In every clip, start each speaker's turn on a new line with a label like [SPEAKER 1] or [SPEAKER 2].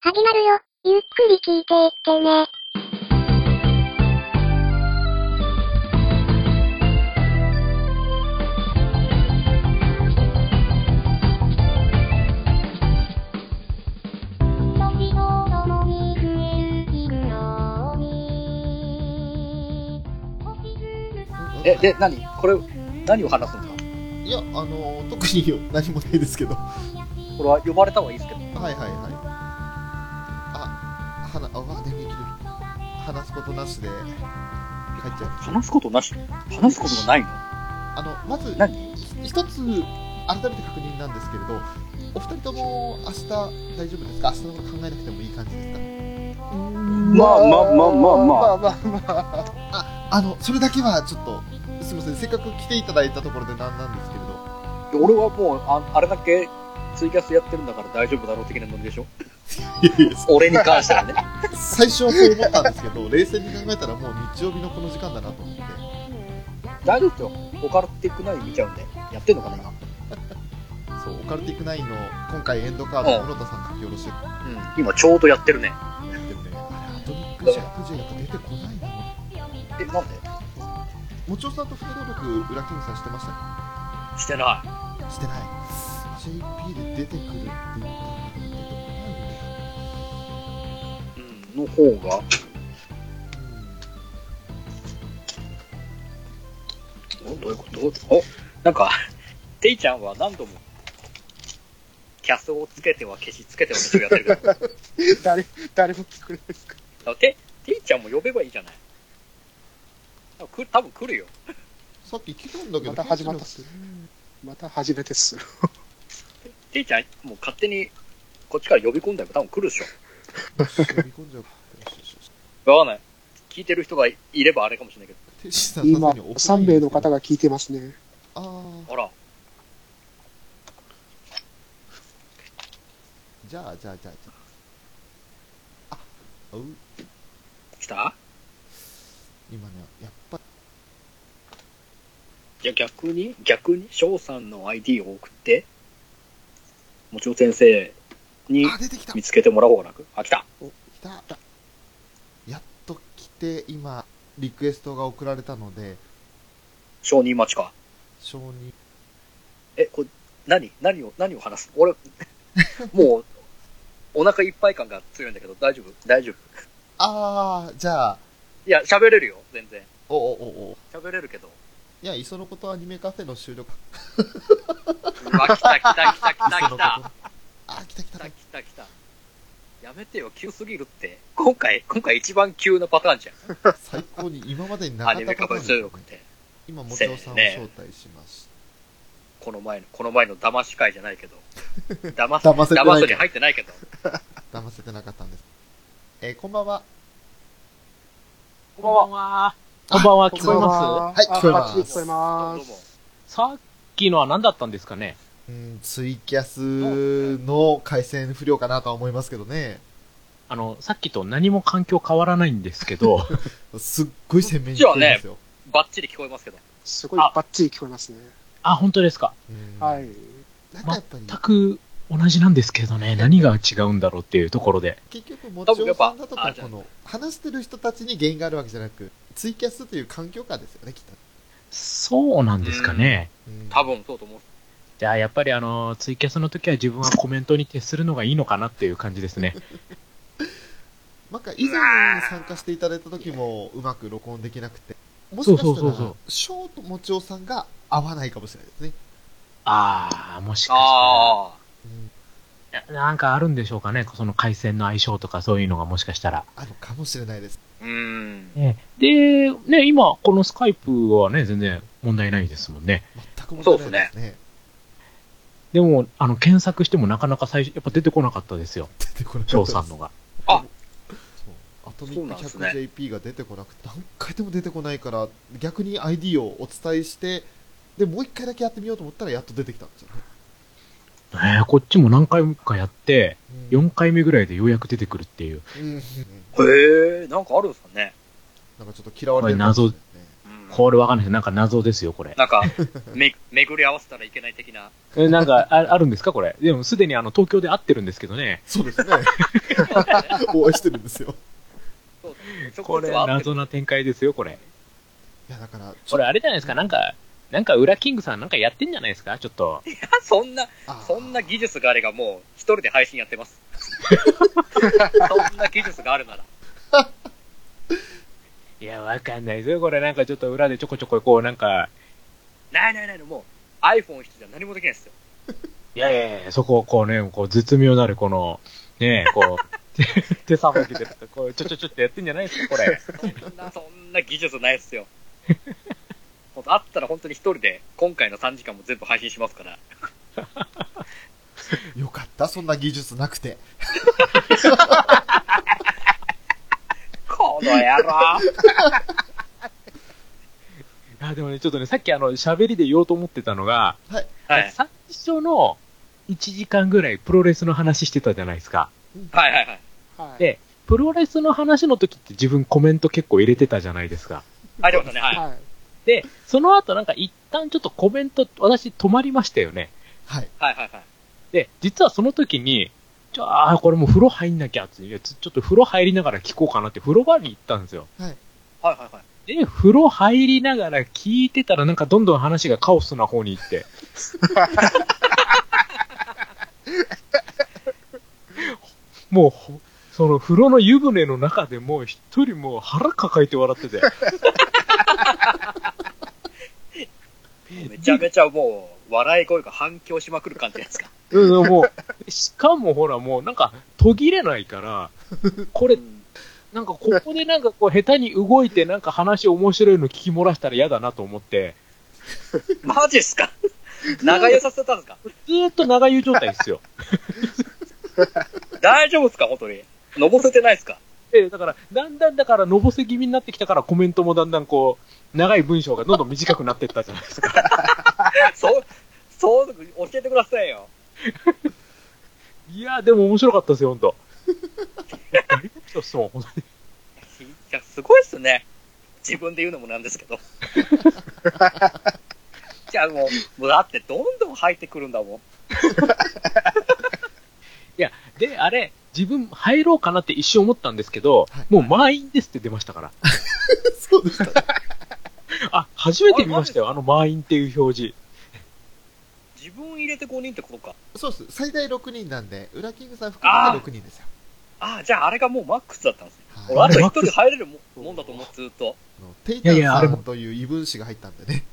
[SPEAKER 1] 始まるよ。ゆっくり聞いていってね。時とともに増える昼のに
[SPEAKER 2] え、で、何これ、何を話すんですか
[SPEAKER 3] いや、あの特に何もないですけど。は
[SPEAKER 2] これは呼ばれた方がいいですけど。
[SPEAKER 3] いはいはい。あ、はな、あ、電撃話すことなしで、入っちゃう。
[SPEAKER 2] 話すことなし話すことがないの
[SPEAKER 3] あの、まず、
[SPEAKER 2] 何
[SPEAKER 3] 一つ、改めて確認なんですけれど、お二人とも明日大丈夫ですか明日のこと考えなくてもいい感じですか
[SPEAKER 2] まあまあまあまあまあ
[SPEAKER 4] まあまあまあ
[SPEAKER 3] あ、あの、それだけはちょっと、すみません、せっかく来ていただいたところでなんなんですけれど。
[SPEAKER 2] 俺はもうあ、あれだけツイキャスやってるんだから大丈夫だろう的なノリでしょ
[SPEAKER 3] いやいや
[SPEAKER 2] 俺に関してはね。
[SPEAKER 3] 最初はそう思ったんですけど、冷 静に考えたらもう日曜日のこの時間だなと思って。
[SPEAKER 2] 大丈夫ですよ。オカルティックナイン見ちゃうんで。やってんのかな今。
[SPEAKER 3] そう、オカルティックナインの今回エンドカード、室田さん書き下ろしてや
[SPEAKER 2] うん。今ちょうどやってるね。
[SPEAKER 3] ってるね。あれ、アトミックジャックジェが出てこないな。
[SPEAKER 2] え、なんで
[SPEAKER 3] もちおさんと二人登録、裏金さんしてましたっ
[SPEAKER 2] してない。
[SPEAKER 3] けしてない。JP で出てくるって言ったのに出てこないんだよ
[SPEAKER 2] うん。の方が、おどういうことどうおなんか、ていちゃんは何度も、キャスをつけては消し、つけては消しをやってるけど
[SPEAKER 4] 誰誰も来てくれないですか
[SPEAKER 2] あて、ていちゃんも呼べばいいじゃない。多分来る多分来るよ。
[SPEAKER 3] さっき来たんだけど、
[SPEAKER 4] また始まったっすまた初めてっす
[SPEAKER 2] ていちゃん、もう勝手に、こっちから呼び込んだら多分来るでし
[SPEAKER 3] 呼び込んじゃう。
[SPEAKER 2] ょ。わかんない。聞いてる人がいればあれかもしれないけ
[SPEAKER 3] 天使さん
[SPEAKER 4] 今
[SPEAKER 3] さすがに
[SPEAKER 4] 3名の方が聞いてますね
[SPEAKER 3] あー
[SPEAKER 2] ど。あら、
[SPEAKER 3] じゃあ、じゃあ、じゃあ、じゃあ。あ、う、
[SPEAKER 2] 来た
[SPEAKER 3] 今ね、やっぱ、
[SPEAKER 2] じゃあ逆に、逆に、翔さんの ID を送って、もちろん先生に
[SPEAKER 3] あ、出てきた
[SPEAKER 2] 見つけてもらおうが楽。あ、来た。
[SPEAKER 3] 来たやっと来て、今、リクエストが送られたので、
[SPEAKER 2] 承認待ちか。
[SPEAKER 3] 承認。
[SPEAKER 2] え、これ、何何を、何を話す俺、もう、お腹いっぱい感が強いんだけど、大丈夫大丈夫。
[SPEAKER 3] あー、じゃあ、
[SPEAKER 2] いや、喋れるよ、全然。
[SPEAKER 3] おおおお
[SPEAKER 2] 喋れるけど。
[SPEAKER 3] いや、いそのことアニメカフェの収録。
[SPEAKER 2] うわ、来た来た来た来た
[SPEAKER 3] いそ
[SPEAKER 2] 来
[SPEAKER 3] のこと
[SPEAKER 2] た。
[SPEAKER 3] あ、来た来
[SPEAKER 2] 来
[SPEAKER 3] た。
[SPEAKER 2] た来た来た。やめてよ、急すぎるって。今回、今回一番急なパターンじゃ。
[SPEAKER 3] 最高に今までになんか
[SPEAKER 2] ア
[SPEAKER 3] っ
[SPEAKER 2] ニ
[SPEAKER 3] た
[SPEAKER 2] メ
[SPEAKER 3] パ
[SPEAKER 2] カ
[SPEAKER 3] タ
[SPEAKER 2] バ
[SPEAKER 3] ー
[SPEAKER 2] ー
[SPEAKER 3] ン
[SPEAKER 2] 収
[SPEAKER 3] で
[SPEAKER 2] 録って。
[SPEAKER 3] 今、もちおさんを招待しまし
[SPEAKER 2] この前の、この前の騙し会じゃないけど。騙す、
[SPEAKER 3] 騙せてない
[SPEAKER 2] 騙すに入ってないけど。
[SPEAKER 3] た。騙せてなかったんです。えー、こんばんは。
[SPEAKER 5] こんばんは。こんばんは、聞こえま
[SPEAKER 3] はい聞こえます
[SPEAKER 4] あ聞こえま
[SPEAKER 2] どう
[SPEAKER 4] す
[SPEAKER 2] も。
[SPEAKER 5] すさっきのは何だったんですかね
[SPEAKER 3] うん、ツイキャスの回線不良かなとは思いますけどね。
[SPEAKER 5] あの、さっきと何も環境変わらないんですけ ど、
[SPEAKER 3] すっごい鮮明に聞こえますよ。
[SPEAKER 2] バッチリ聞こえますけど。
[SPEAKER 4] すごいバッチリ聞こえますね
[SPEAKER 5] あ、本当ですか。
[SPEAKER 3] うん
[SPEAKER 4] はい。
[SPEAKER 3] なんかやっぱり、
[SPEAKER 5] 全く同じなんですけどね、何が違うんだろうっていうところで。
[SPEAKER 3] 結局、も
[SPEAKER 2] 多
[SPEAKER 3] ち
[SPEAKER 2] 分
[SPEAKER 3] お
[SPEAKER 2] やっ
[SPEAKER 3] さ
[SPEAKER 2] ぱ
[SPEAKER 3] んだと
[SPEAKER 2] あ
[SPEAKER 3] か、
[SPEAKER 2] じゃ
[SPEAKER 3] こ
[SPEAKER 2] あ
[SPEAKER 3] の、話してる人たちに原因があるわけじゃなく、ツイキャスという環境下ですよね、きっと。
[SPEAKER 5] そうなんですかね。
[SPEAKER 3] うん
[SPEAKER 2] 多。分そうと思う。
[SPEAKER 5] じゃあ、やっぱりあの、ツイキャスの時は自分はコメントに徹するのがいいのかなっていう感じですね。
[SPEAKER 3] なんか、以前参加していただいた時も、うまく録音できなくて。もしか
[SPEAKER 5] そ
[SPEAKER 3] し
[SPEAKER 5] う
[SPEAKER 3] た
[SPEAKER 5] そうそうそ
[SPEAKER 3] ら、ショーともちおさんが合わないかもしれないですね。
[SPEAKER 5] あー、もしかし
[SPEAKER 2] ああ。
[SPEAKER 3] うん
[SPEAKER 5] たら、ななんかあるんでしょうかね。その回線の相性とかそういうのがもしかしたら。
[SPEAKER 3] あるかもしれないです。
[SPEAKER 2] うーん。
[SPEAKER 5] ねで、ね、今、このスカイプはね、全然問題ないですもんね。
[SPEAKER 3] 全く問題ないですね。
[SPEAKER 5] でも、あの、検索してもなかなか最初、やっぱ出てこなかったですよ。
[SPEAKER 3] 出てこなか
[SPEAKER 5] 翔
[SPEAKER 3] った
[SPEAKER 5] さ
[SPEAKER 3] で
[SPEAKER 5] ん
[SPEAKER 3] す
[SPEAKER 5] のが。
[SPEAKER 2] あ
[SPEAKER 3] そうアトミ
[SPEAKER 2] そう
[SPEAKER 3] ッ
[SPEAKER 2] なん
[SPEAKER 3] ク
[SPEAKER 2] ですね
[SPEAKER 3] 100JP が出てこなくて、何回でも出てこないから、逆に ID をお伝えして、で、もう一回だけやってみようと思ったら、やっと出てきたんですよね。
[SPEAKER 5] えー、こっちも何回かやって、
[SPEAKER 3] うん
[SPEAKER 5] 4回目ぐらいでようやく出てくるっていう。
[SPEAKER 3] うんうん
[SPEAKER 2] へえ、なんかあるんですかね。
[SPEAKER 3] なんかちょっと嫌われてるかもしれないですね
[SPEAKER 2] うん。
[SPEAKER 5] これわかんないです。なんか謎ですよ、これ。
[SPEAKER 2] なんか、め、 巡り合わせたらいけない的な。
[SPEAKER 5] えなんか、ああるんですか、これ。でも、すでにあの、東京で会ってるんですけどね。
[SPEAKER 3] そうです ね。お会いしてるんですよ。
[SPEAKER 5] これ、
[SPEAKER 2] は
[SPEAKER 5] 謎な展開ですよ、これ。
[SPEAKER 3] いや、だから、ちょ
[SPEAKER 5] これ、あれじゃないですか、なんか、なんか、裏キングさんなんかやってんじゃないですか、ちょっと。
[SPEAKER 2] そんな、
[SPEAKER 3] あー
[SPEAKER 2] そんな技術があれがもう、一人で配信やってます。そんな技術があるなら。
[SPEAKER 5] いや、わかんないですよ、これ。なんか、ちょっと裏でちょこちょこ、こう、なんか、
[SPEAKER 2] ないないないの、もう、iPhone 一つじゃ何もできないですよ。
[SPEAKER 5] いやいやいや、そこをこうね、こう、絶妙なる、この、ねえ、こ う、手さばきで、こう、ちょちょちょってやってんじゃないですか、これ。
[SPEAKER 2] そんな、そんな技術ないですよ。ほんとあったら本当に一人で、今回の3時間も全部配信しますから。
[SPEAKER 3] よかった、そんな技術なくて。
[SPEAKER 2] この野郎
[SPEAKER 5] あ、でもね、ちょっとね、さっきあの、喋りで言おうと思ってたのが、
[SPEAKER 2] はい。
[SPEAKER 5] 最初の1時間ぐらいプロレスの話してたじゃないですか。
[SPEAKER 2] はいはいはい。
[SPEAKER 4] はい。
[SPEAKER 5] でプロレスの話の時って自分コメント結構入れてたじゃないですか。
[SPEAKER 2] ありましたね、はい。
[SPEAKER 4] はい。
[SPEAKER 5] で、その後なんか一旦ちょっとコメント、私止まりましたよね。
[SPEAKER 3] はい。
[SPEAKER 2] はいはいはい。
[SPEAKER 5] で、実はその時に、ちょ、あーこれもう風呂入んなきゃって、いやちょちょっと風呂入りながら聞こうかなって風呂場に行ったんですよ。
[SPEAKER 2] はいはいはい。
[SPEAKER 5] で、風呂入りながら聞いてたらなんかどんどん話がカオスな方に行って。もうほ、その風呂の湯船の中でもう一人もう腹抱えて笑ってて。
[SPEAKER 2] めちゃめちゃもう、笑い声が反響しまくる感じですか。
[SPEAKER 5] うんもう、しかもほらもうなんか途切れないから、これ、なんかここでなんかこう下手に動いてなんか話面白いの聞き漏らしたら嫌だなと思って、
[SPEAKER 2] マジっすか長湯させたんですか
[SPEAKER 5] ずーっと長湯状態ですよ。
[SPEAKER 2] 大丈夫っすか本当に。のぼせてないっすか
[SPEAKER 5] ええだから、だんだんだから、のぼせ気味になってきたから、コメントもだんだんこう、長い文章がどんどん短くなってったじゃないですか。
[SPEAKER 2] そう、そう、教えてくださいよ。
[SPEAKER 5] いやー、でも面白かったですよ、ほんと。大爆笑っすもん、ほんと
[SPEAKER 2] い
[SPEAKER 5] に。
[SPEAKER 2] や、すごいっすね。自分で言うのもなんですけど。じゃあもう、もうだってどんどん入ってくるんだもん。
[SPEAKER 5] で、あれ、自分入ろうかなって一瞬思ったんですけど、
[SPEAKER 3] はい
[SPEAKER 5] もう満員ですって出ましたから。
[SPEAKER 3] そうでした。
[SPEAKER 5] あ、初めて見ましたよ、あの満員っていう表示。
[SPEAKER 2] 自分入れて5人ってことか。
[SPEAKER 3] そうです。最大6人なんで、裏キングさん含めて6人ですよ。
[SPEAKER 2] ああ、じゃああれがもうマックスだったんですね。
[SPEAKER 3] はい
[SPEAKER 2] 俺あと一人入れるももんだと思う、ずっと。
[SPEAKER 3] あのテイ
[SPEAKER 5] い
[SPEAKER 3] タ
[SPEAKER 5] やい
[SPEAKER 3] ン
[SPEAKER 5] やあれ
[SPEAKER 3] さ
[SPEAKER 5] も
[SPEAKER 3] んという異分子が入ったんでね。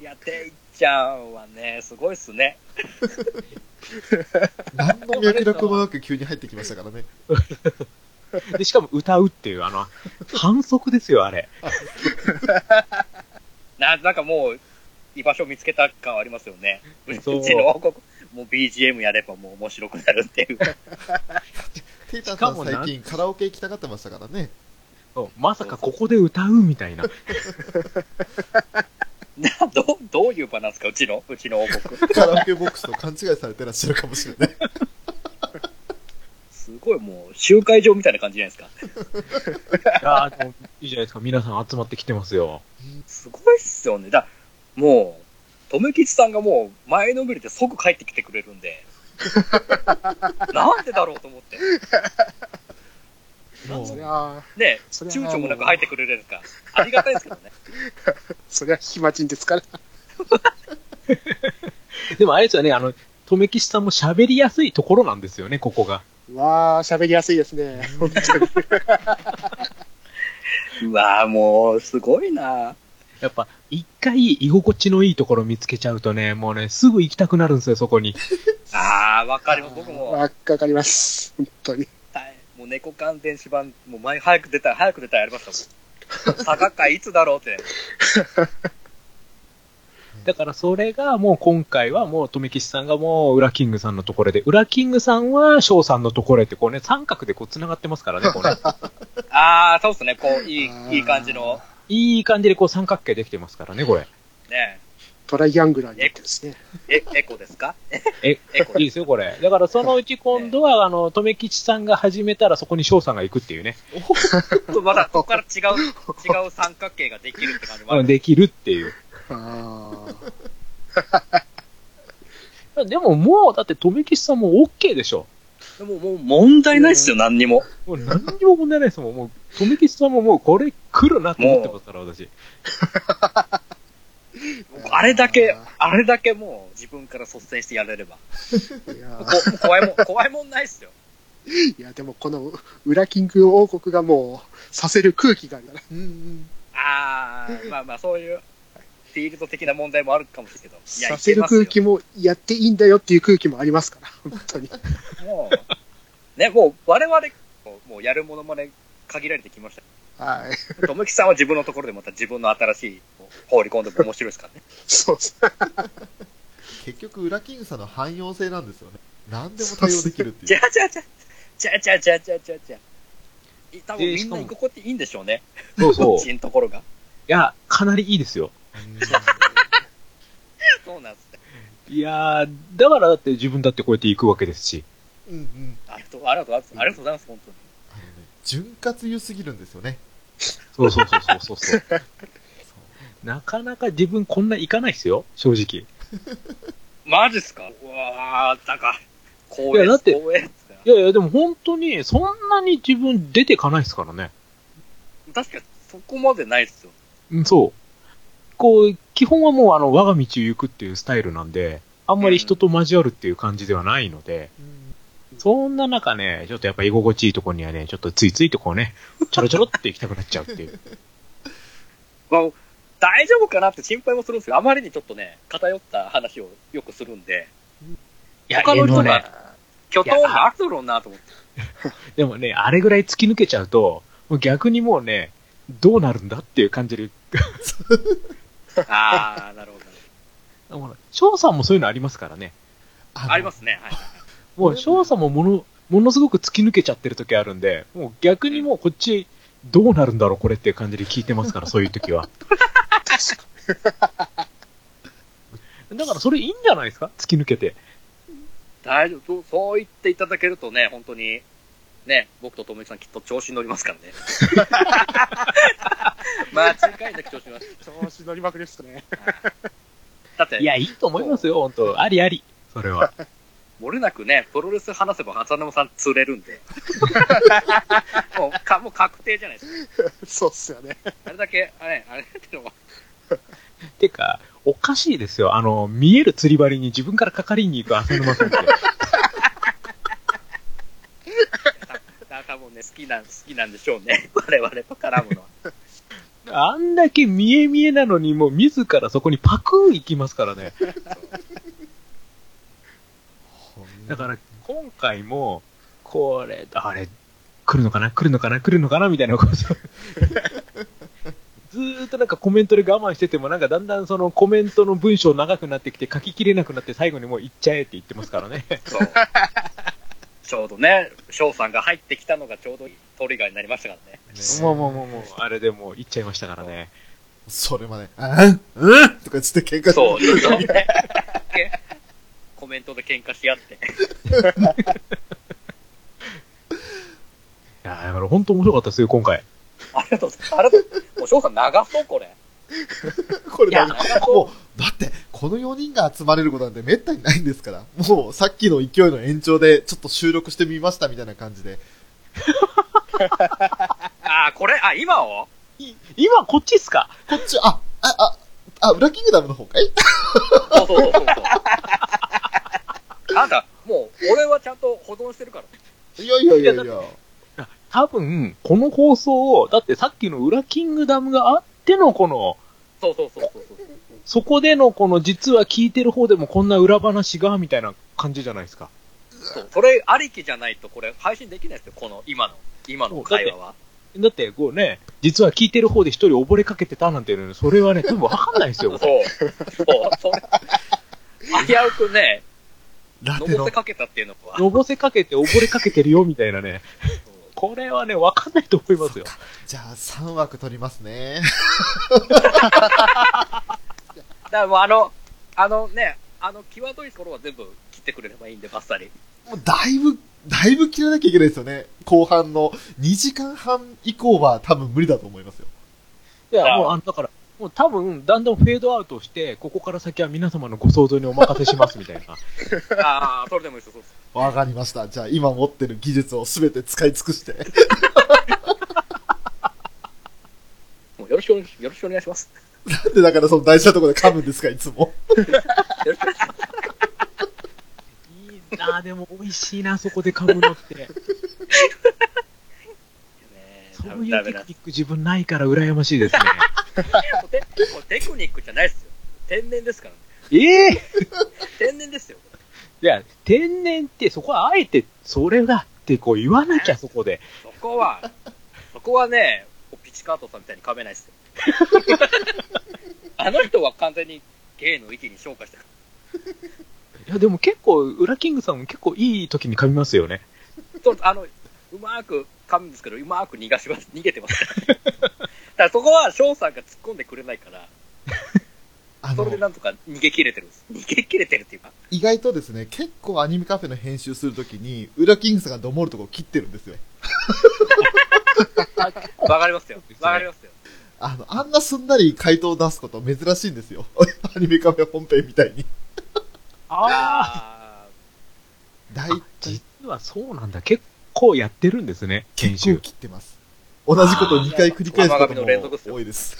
[SPEAKER 2] いや、ていちゃんはね、すごいっすね。
[SPEAKER 3] 何の脈絡もなく急に入ってきましたからね。
[SPEAKER 5] で、しかも歌うっていう、あの、反則ですよ、あれ。
[SPEAKER 2] ななんかもう、居場所見つけた感はありますよね。うち
[SPEAKER 5] そう
[SPEAKER 2] の、ここもう BGM やればもう面白くなるっていう。
[SPEAKER 3] テイタンさ
[SPEAKER 5] しか
[SPEAKER 3] ん
[SPEAKER 5] もな
[SPEAKER 3] 最近カラオケ行きたがってましたからね。
[SPEAKER 5] そうまさかここで歌うみたいな。
[SPEAKER 2] などうどういう場なんですか、うちの、うちの王国。
[SPEAKER 3] カラオケボックスと勘違いされてらっしゃるかもしれない。
[SPEAKER 2] すごいもう、集会場みたいな感じじゃないですか。
[SPEAKER 5] いやーでもいいじゃないですか、皆さん集まってきてますよ。
[SPEAKER 2] すごいっすよね。だもう、とめきちさんがもう、前のめりで即帰ってきてくれるん で。なんでだろうと思って。
[SPEAKER 3] も
[SPEAKER 4] そうりゃあ、
[SPEAKER 2] ね
[SPEAKER 4] それは
[SPEAKER 2] 躊躇もなく入ってくれるんですか。ありがたいですけどね。
[SPEAKER 4] そりゃ暇人ですから。
[SPEAKER 5] でもあれですよね、あの、とめきしさんも喋りやすいところなんですよね、ここが。
[SPEAKER 4] わあ、喋りやすいですね。本当に。
[SPEAKER 2] うわぁ、もう、すごいな
[SPEAKER 5] やっぱ、一回居心地のいいところ見つけちゃうとね、もうね、すぐ行きたくなるんですよ、そこに。
[SPEAKER 2] ああ、わかります。僕も、
[SPEAKER 4] わかります。本当に。
[SPEAKER 2] はいもう猫缶電子版、もう前早く出たい、早く出たいありましたもん。佐賀会いつだろうって。
[SPEAKER 5] だからそれがもう今回はもうとめきしさんがもう、裏キングさんのところで、裏キングさんは翔さんのところへって、こうね、三角でこう繋がってますからね、こう ね。
[SPEAKER 2] ああ、そうっすね。こう、い
[SPEAKER 4] あ
[SPEAKER 2] い、
[SPEAKER 4] ー
[SPEAKER 2] いい感じの、
[SPEAKER 5] いい感じでこう三角形できてますからね、これ。
[SPEAKER 2] ね。
[SPEAKER 4] トライアングラーになってですね。
[SPEAKER 2] え、エコですか
[SPEAKER 5] え、
[SPEAKER 2] エコ
[SPEAKER 5] いいですよ、これ。だからそのうち今度は、あの、留吉さんが始めたらそこに翔さんが行くっていうね。
[SPEAKER 2] ちょっとまだここから違う、違う三角形ができるって感じもあ
[SPEAKER 5] うん
[SPEAKER 2] る。
[SPEAKER 5] できるっていう。
[SPEAKER 4] ああ。
[SPEAKER 5] でももう、だって留吉さんも OK でしょ。
[SPEAKER 2] でももう問題ないっすよ、何にも。
[SPEAKER 5] もう何にも問題ないですもん。もう、留吉さんももうこれ来るなと思ってますから、私。
[SPEAKER 2] あれだけ、あれだけもう自分から率先してやれれば。
[SPEAKER 4] いや
[SPEAKER 2] こ怖い もん、怖いもんないっすよ。
[SPEAKER 4] いや、でもこの裏キング王国がもうさせる空気があるから。
[SPEAKER 3] うんうん。
[SPEAKER 2] あー、まあまあそういう、フィールド的な問題もあるかもしれないけど。いや、
[SPEAKER 4] さ
[SPEAKER 2] い
[SPEAKER 4] せ
[SPEAKER 2] け
[SPEAKER 4] る
[SPEAKER 2] ますよ
[SPEAKER 4] 空。気もやっていいんだよっていう空気もありますから、 本当に。
[SPEAKER 2] もう、ね、もう我々、もうやるものまね限られてきました。
[SPEAKER 4] はい。
[SPEAKER 2] とむきさんは自分のところでまた自分の新しい、放り込んでも面白いですからね。
[SPEAKER 4] そうです
[SPEAKER 3] 結局、裏キングさんの汎用性なんですよね。何でも対応できるって
[SPEAKER 2] じ
[SPEAKER 3] い
[SPEAKER 2] ゃ
[SPEAKER 3] う。
[SPEAKER 2] あじゃあじゃあ、じゃあじゃあじゃあじゃあじゃあじゃあ。い多分
[SPEAKER 5] で
[SPEAKER 2] み
[SPEAKER 5] し
[SPEAKER 2] ん
[SPEAKER 5] か
[SPEAKER 2] な
[SPEAKER 5] も
[SPEAKER 2] 居心地いいんでしょうね。
[SPEAKER 5] そ
[SPEAKER 2] こ
[SPEAKER 5] うそう。
[SPEAKER 2] っ
[SPEAKER 5] い
[SPEAKER 2] ちのところが。
[SPEAKER 5] や、かなりいいですよ。
[SPEAKER 3] うん
[SPEAKER 2] そうなんですね。
[SPEAKER 5] いやー、だからだって自分だってこうやって行くわけですし。
[SPEAKER 3] うんうん。
[SPEAKER 2] ありがとう、ありがとう、ありがとうありがとうございます、本当に。
[SPEAKER 3] あのね、潤滑油すぎるんですよね。
[SPEAKER 5] そうそうそうそうそうそう。 なかなか自分こんな行かないですよ、正直。
[SPEAKER 2] マジっすかうわー、なんか、光
[SPEAKER 5] い
[SPEAKER 2] 栄
[SPEAKER 5] やだって
[SPEAKER 2] 光栄っすね
[SPEAKER 5] いやいや、でも本当に、そんなに自分出てかないですからね。
[SPEAKER 2] 確かにそこまでないっすよ。
[SPEAKER 5] うん、そう。こう、基本はもうあの、我が道を行くっていうスタイルなんで、あんまり人と交わるっていう感じではないので、
[SPEAKER 3] うん
[SPEAKER 5] そんな中ね、ちょっとやっぱ居心地いいとこにはね、ちょっとついついとこうね、ちょろちょろって行きたくなっちゃうっていう。
[SPEAKER 2] まあ、大丈夫かなって心配もするんですけど、あまりにちょっとね、偏った話をよくするんで、
[SPEAKER 5] いや
[SPEAKER 2] 他の人が
[SPEAKER 5] でもね
[SPEAKER 2] きょとんがあるだろうなと思って。
[SPEAKER 5] でもね、あれぐらい突き抜けちゃうと、もう逆にもうね、どうなるんだっていう感じで、
[SPEAKER 2] あー、なるほど。
[SPEAKER 5] ほら翔さんもそういうのありますからね。
[SPEAKER 3] あの
[SPEAKER 2] ありますね。はい。
[SPEAKER 5] もう翔さんももの、ものすごく突き抜けちゃってる時あるんで、もう逆にもうこっち、どうなるんだろうこれっていう感じで聞いてますから、そういう時は。だからそれいいんじゃないですか突き抜けて。
[SPEAKER 2] 大丈夫そう。そう言っていただけるとね、本当に、ね、僕とともゆきさんきっと調子に乗りますからね。 間違いなく調子に乗ります。
[SPEAKER 4] 調子乗りまくりですね。
[SPEAKER 2] だって、
[SPEAKER 5] いや、いいと思いますよ、本当ありあり。それは。
[SPEAKER 2] 漏れなくね、プロレス話せば浅沼さん釣れるん で。もうか、もう確定じゃないですか。
[SPEAKER 4] そうっすよね。
[SPEAKER 2] あれだけ、あれ、あれってのは、
[SPEAKER 5] てか、おかしいですよ。あの、見える釣り針に自分からかかりに行く浅沼 さんって。
[SPEAKER 2] なんかもうね、好きなん、好きなんでしょうね。我々と絡むのは。
[SPEAKER 5] あんだけ見え見えなのに、もう自らそこにパクー行きますからね。
[SPEAKER 3] ほん
[SPEAKER 5] だから、今回も、これ、あれ、来るのかな来るのかな来るのかなみたいなこと。ずーっとなんかコメントで我慢してても、なんかだんだんそのコメントの文章長くなってきて書ききれなくなって最後にもう行っちゃえって言ってますからね。
[SPEAKER 2] そう。ちょうどね、翔さんが入ってきたのがちょうどいいトリガーになりましたからね。
[SPEAKER 3] ね
[SPEAKER 5] もうもうもうもう、あれでもう行っちゃいましたからね。
[SPEAKER 3] それまで、あんうんとか言って喧嘩して
[SPEAKER 2] そう、ちょっとね。コメントで喧嘩し合って。
[SPEAKER 5] いやーだから本当面白かったですよ、今 回。
[SPEAKER 2] ありがとうございます。ありがとうございます。もう翔さん流そう、これ。
[SPEAKER 3] これ
[SPEAKER 5] いや
[SPEAKER 3] だもう、だって、この4人が集まれることなんてめったにないんですから。もう、さっきの勢いの延長で、ちょっと収録してみましたみたいな感じで。
[SPEAKER 2] ああ、これ、あ、今を
[SPEAKER 5] い今こっちっすか
[SPEAKER 3] こっち、あ、あ、あ、あ、裏キングダムの方かい
[SPEAKER 2] そうそうそうそう。あんた、もう、俺はちゃんと保存してるから。
[SPEAKER 3] いやいやいやいや。
[SPEAKER 5] いや多分、この放送を、だってさっきの裏キングダムがあってのこの、
[SPEAKER 2] そうそうそうそうそう。
[SPEAKER 5] そこでのこの実は聞いてる方でもこんな裏話が、みたいな感じじゃないですか。
[SPEAKER 2] そうそれありきじゃないと、これ、配信できないですよ、この、今の、今の会話は。
[SPEAKER 5] だって、こうね、実は聞いてる方で一人溺れかけてたなんていうのに、それはね、多分わかんないです
[SPEAKER 2] そう
[SPEAKER 5] よ。。
[SPEAKER 2] そう、それ。危うくね、
[SPEAKER 3] ラテ
[SPEAKER 2] 登っ
[SPEAKER 3] の
[SPEAKER 2] て、かけたっていうのは。
[SPEAKER 5] のぼせかけて溺れかけてるよ、みたいなね。これはね、わかんないと思いますよ。
[SPEAKER 3] じゃあ3枠取りますね。
[SPEAKER 2] だからもうあの、あのね、あの、際どいところは全部切ってくれればいいんで、バッサ リ。
[SPEAKER 3] もうだいぶ、だいぶ切らなきゃいけないですよね。後半の2時間半以降は多分無理だと思いますよ。
[SPEAKER 5] いや、もう、あの、だから、もう多分、だんだんフェードアウトして、ここから先は皆様のご想像にお任せしますみたいな。
[SPEAKER 2] ああ、それでもいいですよ、そうです。
[SPEAKER 3] わかりました。じゃあ今持ってる技術を全て使い尽くして。
[SPEAKER 2] もうよろしくお願いし、よろしくお願いします。
[SPEAKER 3] なんでだからその大事なところで噛むんですか、いつも。
[SPEAKER 2] よろしくお願いしま
[SPEAKER 5] いいなぁ、でも美味しいな、そこで噛むのって。
[SPEAKER 2] す
[SPEAKER 5] そ
[SPEAKER 2] ね
[SPEAKER 5] うい
[SPEAKER 2] ダ
[SPEAKER 5] う
[SPEAKER 2] メ
[SPEAKER 5] テク
[SPEAKER 2] だ。
[SPEAKER 5] ニック自分ないから羨ましいです ね。
[SPEAKER 2] もうテもうテクニックじゃないですよ。天然ですから、ね。
[SPEAKER 5] ええ
[SPEAKER 2] 天然ですよ。
[SPEAKER 5] いや、天然って、そこはあえて、それだってこう言わなきゃ、そこで。
[SPEAKER 2] そこ は、そこはね、ピチカートさんみたいに噛めない ですよ。あの人は完全に芸の域に昇華してる。
[SPEAKER 5] いや、でも結構、ウラキングさんも結構いい時に噛みますよね。
[SPEAKER 2] そうあの、うまく噛むんですけど、うまく逃がします、逃げてますから。 だからそこは翔さんが突っ込んでくれないから、
[SPEAKER 3] あ
[SPEAKER 2] そ
[SPEAKER 3] の
[SPEAKER 2] れで、なんとか逃げ切れてるんです。逃げ切れてるっていうか。
[SPEAKER 3] 意外とですね、結構アニメカフェの編集するときに、裏キングスがどもるところ切ってるんですよ。
[SPEAKER 2] わかりますよ。わかりますよ。
[SPEAKER 3] あの、あんなすんなり回答を出すこと珍しいんですよ。 アニメカフェ本編みたいに。
[SPEAKER 5] あ
[SPEAKER 2] あ
[SPEAKER 3] 大
[SPEAKER 5] あ
[SPEAKER 3] 体、
[SPEAKER 5] 実はそうなんだ。結構やってるんですね、研
[SPEAKER 3] 結構
[SPEAKER 5] 修。
[SPEAKER 3] 切ってます。同じことを2回繰り返すこと
[SPEAKER 2] あー甘噛みの連続っす
[SPEAKER 3] も
[SPEAKER 2] よ
[SPEAKER 3] 多いです。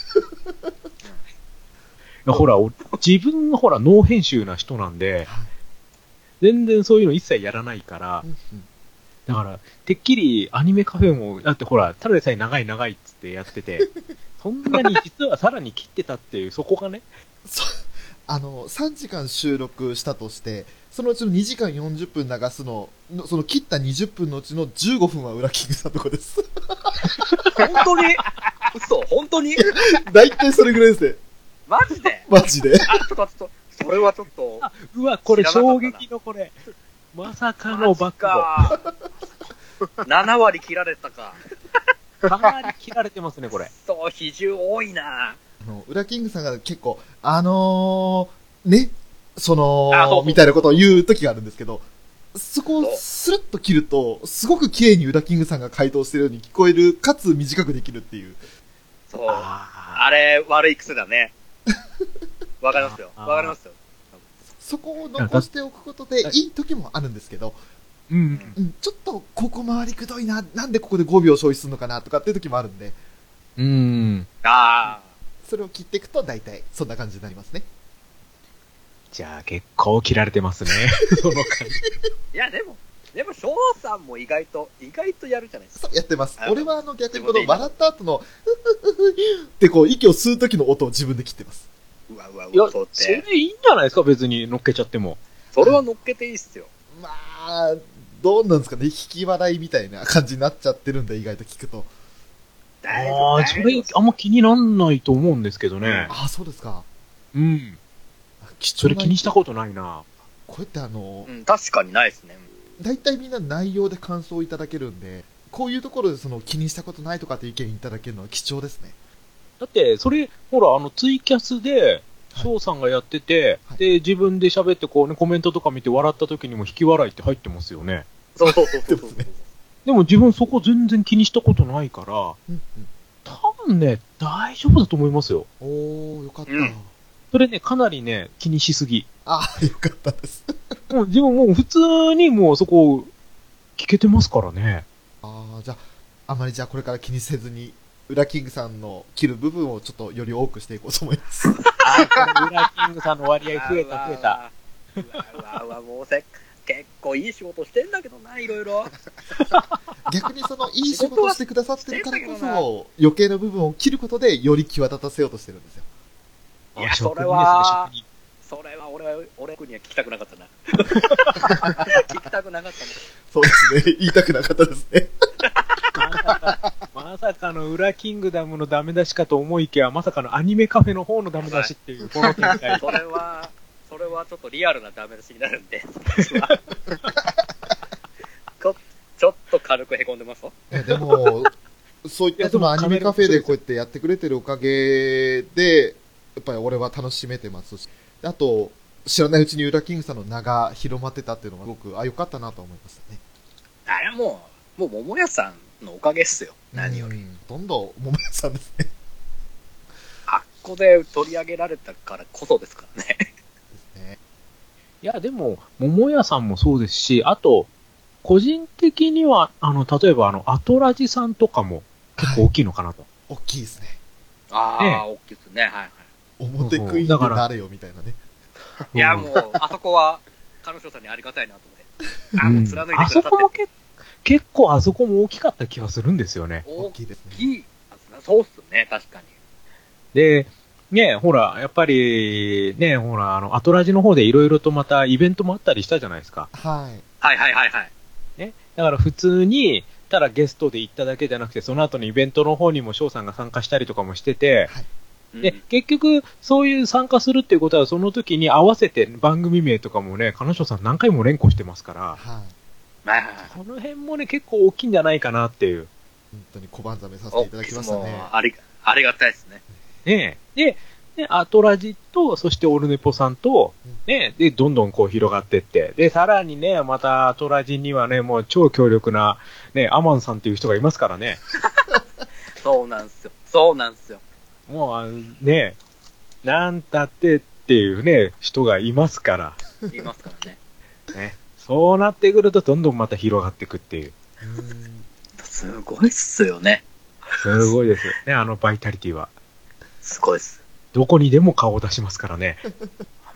[SPEAKER 5] いやほら、お自分はほら、ノー編集な人なん
[SPEAKER 3] は
[SPEAKER 5] で
[SPEAKER 3] い、
[SPEAKER 5] 全然そういうの一切やらないから、だから、てっきりアニメカフェも、だってほら、ただでさえ長い長いっつってやっ てて、そんなに実はさらに切ってたっていう、そこがね、
[SPEAKER 3] そあの、3時間収録したとして、そのうちの2時間40分流すの、のその切った20分のうちの15分は裏キングさんのとこです。
[SPEAKER 2] あ、本当に嘘本当に
[SPEAKER 3] 大体それぐらいですね。
[SPEAKER 2] マジで
[SPEAKER 3] マジで。
[SPEAKER 2] あ、ちょっと、ちょっと、それはちょっと、
[SPEAKER 5] あうわ、これ
[SPEAKER 2] 知らなか
[SPEAKER 5] 衝
[SPEAKER 2] ったな
[SPEAKER 5] 撃のこれ、まさかのバックボ
[SPEAKER 2] か。7割切られたか。
[SPEAKER 5] ーかなり切られてますね、これ。
[SPEAKER 2] そう、比重多いな
[SPEAKER 3] あの、裏キングさんが結構、あのー、ね、その
[SPEAKER 2] あそうそう
[SPEAKER 3] みたいなことを言う時があるんですけど、そこ
[SPEAKER 2] そ
[SPEAKER 3] を
[SPEAKER 2] う
[SPEAKER 3] スルッと切ると、すごく綺麗に裏キングさんが回答してるように聞こえる、かつ短くできるっていう。
[SPEAKER 2] そう。あ
[SPEAKER 5] あ
[SPEAKER 2] れ、悪い癖だね。わかりますよ。
[SPEAKER 5] あー
[SPEAKER 2] わかりますよ。
[SPEAKER 3] そこを残しておくことで
[SPEAKER 5] だ、
[SPEAKER 3] いい時もあるんですけど、
[SPEAKER 5] ーうん。
[SPEAKER 3] うん、ちょっとここ回りくどいな、なんでここで5秒消費するのかなとかっていう時もあるんで、
[SPEAKER 5] うん。
[SPEAKER 2] あ
[SPEAKER 3] それを切っていくと大体そんな感じになりますね。
[SPEAKER 5] じゃあ結構切られてま すね。その感じ。
[SPEAKER 2] あ。いや、でも、でも、翔さんも意外と、意外とやるじゃないですか。
[SPEAKER 3] そうやってます
[SPEAKER 2] あ。の
[SPEAKER 3] 俺はあの逆にこ
[SPEAKER 2] 自分でい
[SPEAKER 3] の
[SPEAKER 2] いの
[SPEAKER 3] 笑った後の、ふふふふってこう息を吸う時の音を自分で切ってます。
[SPEAKER 2] うわうわう
[SPEAKER 5] いや
[SPEAKER 2] わ、、そうっ
[SPEAKER 5] それ
[SPEAKER 2] て。
[SPEAKER 5] いいんじゃないですか、別に乗っけちゃっても。
[SPEAKER 2] それは乗っけていいっすよ。
[SPEAKER 3] まあ、どうなんですかね、引き笑いみたいな感じになっちゃってるんで、意外と聞くと。
[SPEAKER 2] 大丈
[SPEAKER 5] あ
[SPEAKER 2] 夫
[SPEAKER 5] あ、それ
[SPEAKER 2] 大丈
[SPEAKER 5] あんま気になんないと思うんですけどね。
[SPEAKER 3] ああ、そうですか。
[SPEAKER 5] うん。
[SPEAKER 3] 貴
[SPEAKER 5] そ
[SPEAKER 3] 重
[SPEAKER 5] れ
[SPEAKER 3] な。
[SPEAKER 5] 気にしたことないな。
[SPEAKER 3] こうやってあの
[SPEAKER 2] 夫う、ん、確かにないですね。
[SPEAKER 3] 大体みんな内容で感想をいただけるんで、こういうところでその気にしたことないとかって意見いただけるのは貴重ですね。
[SPEAKER 5] だって、それ、ほら、あの、ツイキャスで、
[SPEAKER 3] はい
[SPEAKER 5] 翔さんがやってて、
[SPEAKER 3] はい
[SPEAKER 5] で、自分で喋って、こうね、コメントとか見て笑った時にも引き笑いって入ってますよね。
[SPEAKER 2] そうそうそうそうそう。
[SPEAKER 5] でも自分そこ全然気にしたことないから、
[SPEAKER 3] うん
[SPEAKER 5] 多分ね、大丈夫だと思いますよ。
[SPEAKER 3] うん。おー、よかった。
[SPEAKER 2] うん
[SPEAKER 5] それね、かなりね、気にしすぎ。
[SPEAKER 3] ああ、よかったです。
[SPEAKER 5] もう自分もう普通にもうそこ、聞けてますからね。
[SPEAKER 3] ああ、じゃあ、あまりじゃあこれから気にせずに、裏キングさんの切る部分をちょっとより多くしていこうと思います。
[SPEAKER 5] あー、ブラキングさんの割合増え た、増
[SPEAKER 2] うわ
[SPEAKER 5] えた。
[SPEAKER 2] うわうわうわ、もうせっ、結構いい仕事してんだけどな、いろいろ。
[SPEAKER 3] 逆にそのいい仕事をしてくださってるからこ
[SPEAKER 2] 仕事はしてんだけ
[SPEAKER 3] そ余計な部分を切ることでより際立たせようとしてるんですよ。
[SPEAKER 2] いや
[SPEAKER 5] あ職人
[SPEAKER 2] それは
[SPEAKER 5] ですね
[SPEAKER 2] それは俺は、俺には聞きたくなかったな。聞きたくなかったね。
[SPEAKER 3] そうですね。言いたくなかったですね。
[SPEAKER 5] 職人まさかまさかの裏キングダムのダメ出しかと思いきや、まさかのアニメカフェの方のダメ出しっていう、この展開。
[SPEAKER 2] それは、それはちょっとリアルなダメ出しになるんで、ちょちょっと軽くへこんでますわ
[SPEAKER 3] えでも、そういっ
[SPEAKER 5] いや
[SPEAKER 3] た
[SPEAKER 5] で
[SPEAKER 3] そ
[SPEAKER 5] も
[SPEAKER 3] のアニメカフェでこうやってやってくれてるおかげで、やっぱり俺は楽しめてますし、あと、知らないうちに裏キングさんの名が広まってたっていうのがすごく、あ、良かったなと思いましたね。
[SPEAKER 2] あれはもう、もう桃屋さんのおかげっすよ。何より。
[SPEAKER 3] り。どんどん、もめさんですね。
[SPEAKER 2] あっこで取り上げられたからこそですからね。
[SPEAKER 3] ね
[SPEAKER 5] いや、でも、桃屋さんもそうですし、あと、個人的には、あの、例えば、あの、アトラジさんとかも結構大きいのかなと。
[SPEAKER 3] 大きいですね。
[SPEAKER 2] あ
[SPEAKER 5] ね
[SPEAKER 2] あ、大きいですね。はいはい。
[SPEAKER 3] 表食いに
[SPEAKER 5] だから
[SPEAKER 3] なれよみたいなね。
[SPEAKER 2] いや、
[SPEAKER 5] うん
[SPEAKER 2] もう、あそこは、彼女さんにありがたいなと思って。あ、もう貫いて
[SPEAKER 5] あ
[SPEAKER 2] くだ
[SPEAKER 5] そ
[SPEAKER 2] さ
[SPEAKER 5] こも
[SPEAKER 2] っ
[SPEAKER 5] け結構、あそこも大きかった気がするんですよね
[SPEAKER 2] て。。
[SPEAKER 3] 大
[SPEAKER 2] 大
[SPEAKER 3] きいですね。
[SPEAKER 2] きい。そうっすね、確かに。
[SPEAKER 5] で、ね、ほら、やっぱり、ね、ほら、あの、アトラジの方でいろいろとまたイベントもあったりしたじゃないですか。
[SPEAKER 3] はい。
[SPEAKER 2] はいはいはいはい。
[SPEAKER 5] ね。だから普通に、ただゲストで行っただけじゃなくて、その後のイベントの方にも翔さんが参加したりとかもしてて、
[SPEAKER 2] うん
[SPEAKER 5] で、結局、そういう参加するっていうことは、その時に合わせて番組名とかもね、彼女さん何回も連呼してますから、
[SPEAKER 3] はい。
[SPEAKER 2] はいはいはい。
[SPEAKER 5] この辺もね、結構大きいんじゃないかなっていう。
[SPEAKER 3] 本当に小判ざめさせ
[SPEAKER 2] お
[SPEAKER 3] ていただきました
[SPEAKER 2] いつ
[SPEAKER 3] ね。
[SPEAKER 2] もありありがたいですね。
[SPEAKER 5] ねえで、で、アトラジと、そしてオルネポさんと
[SPEAKER 3] うん、
[SPEAKER 5] ねえで、どんどんこう広がってって、で、さらにね、またアトラジにはね、もう超強力な、ね、アマンさんっていう人がいますからね、
[SPEAKER 2] そうなんすよ。そうなんすよ。
[SPEAKER 5] もうあの、ねえなんたってっていうね、人がいますから、
[SPEAKER 2] 言いますからね。
[SPEAKER 5] ね。そうなってくると、どんどんまた広がってくっていう。
[SPEAKER 3] うん
[SPEAKER 2] すごいっすよね。
[SPEAKER 5] すごいです。ね、あのバイタリティは。
[SPEAKER 2] すごいっす。
[SPEAKER 5] どこにでも顔を出しますから ね。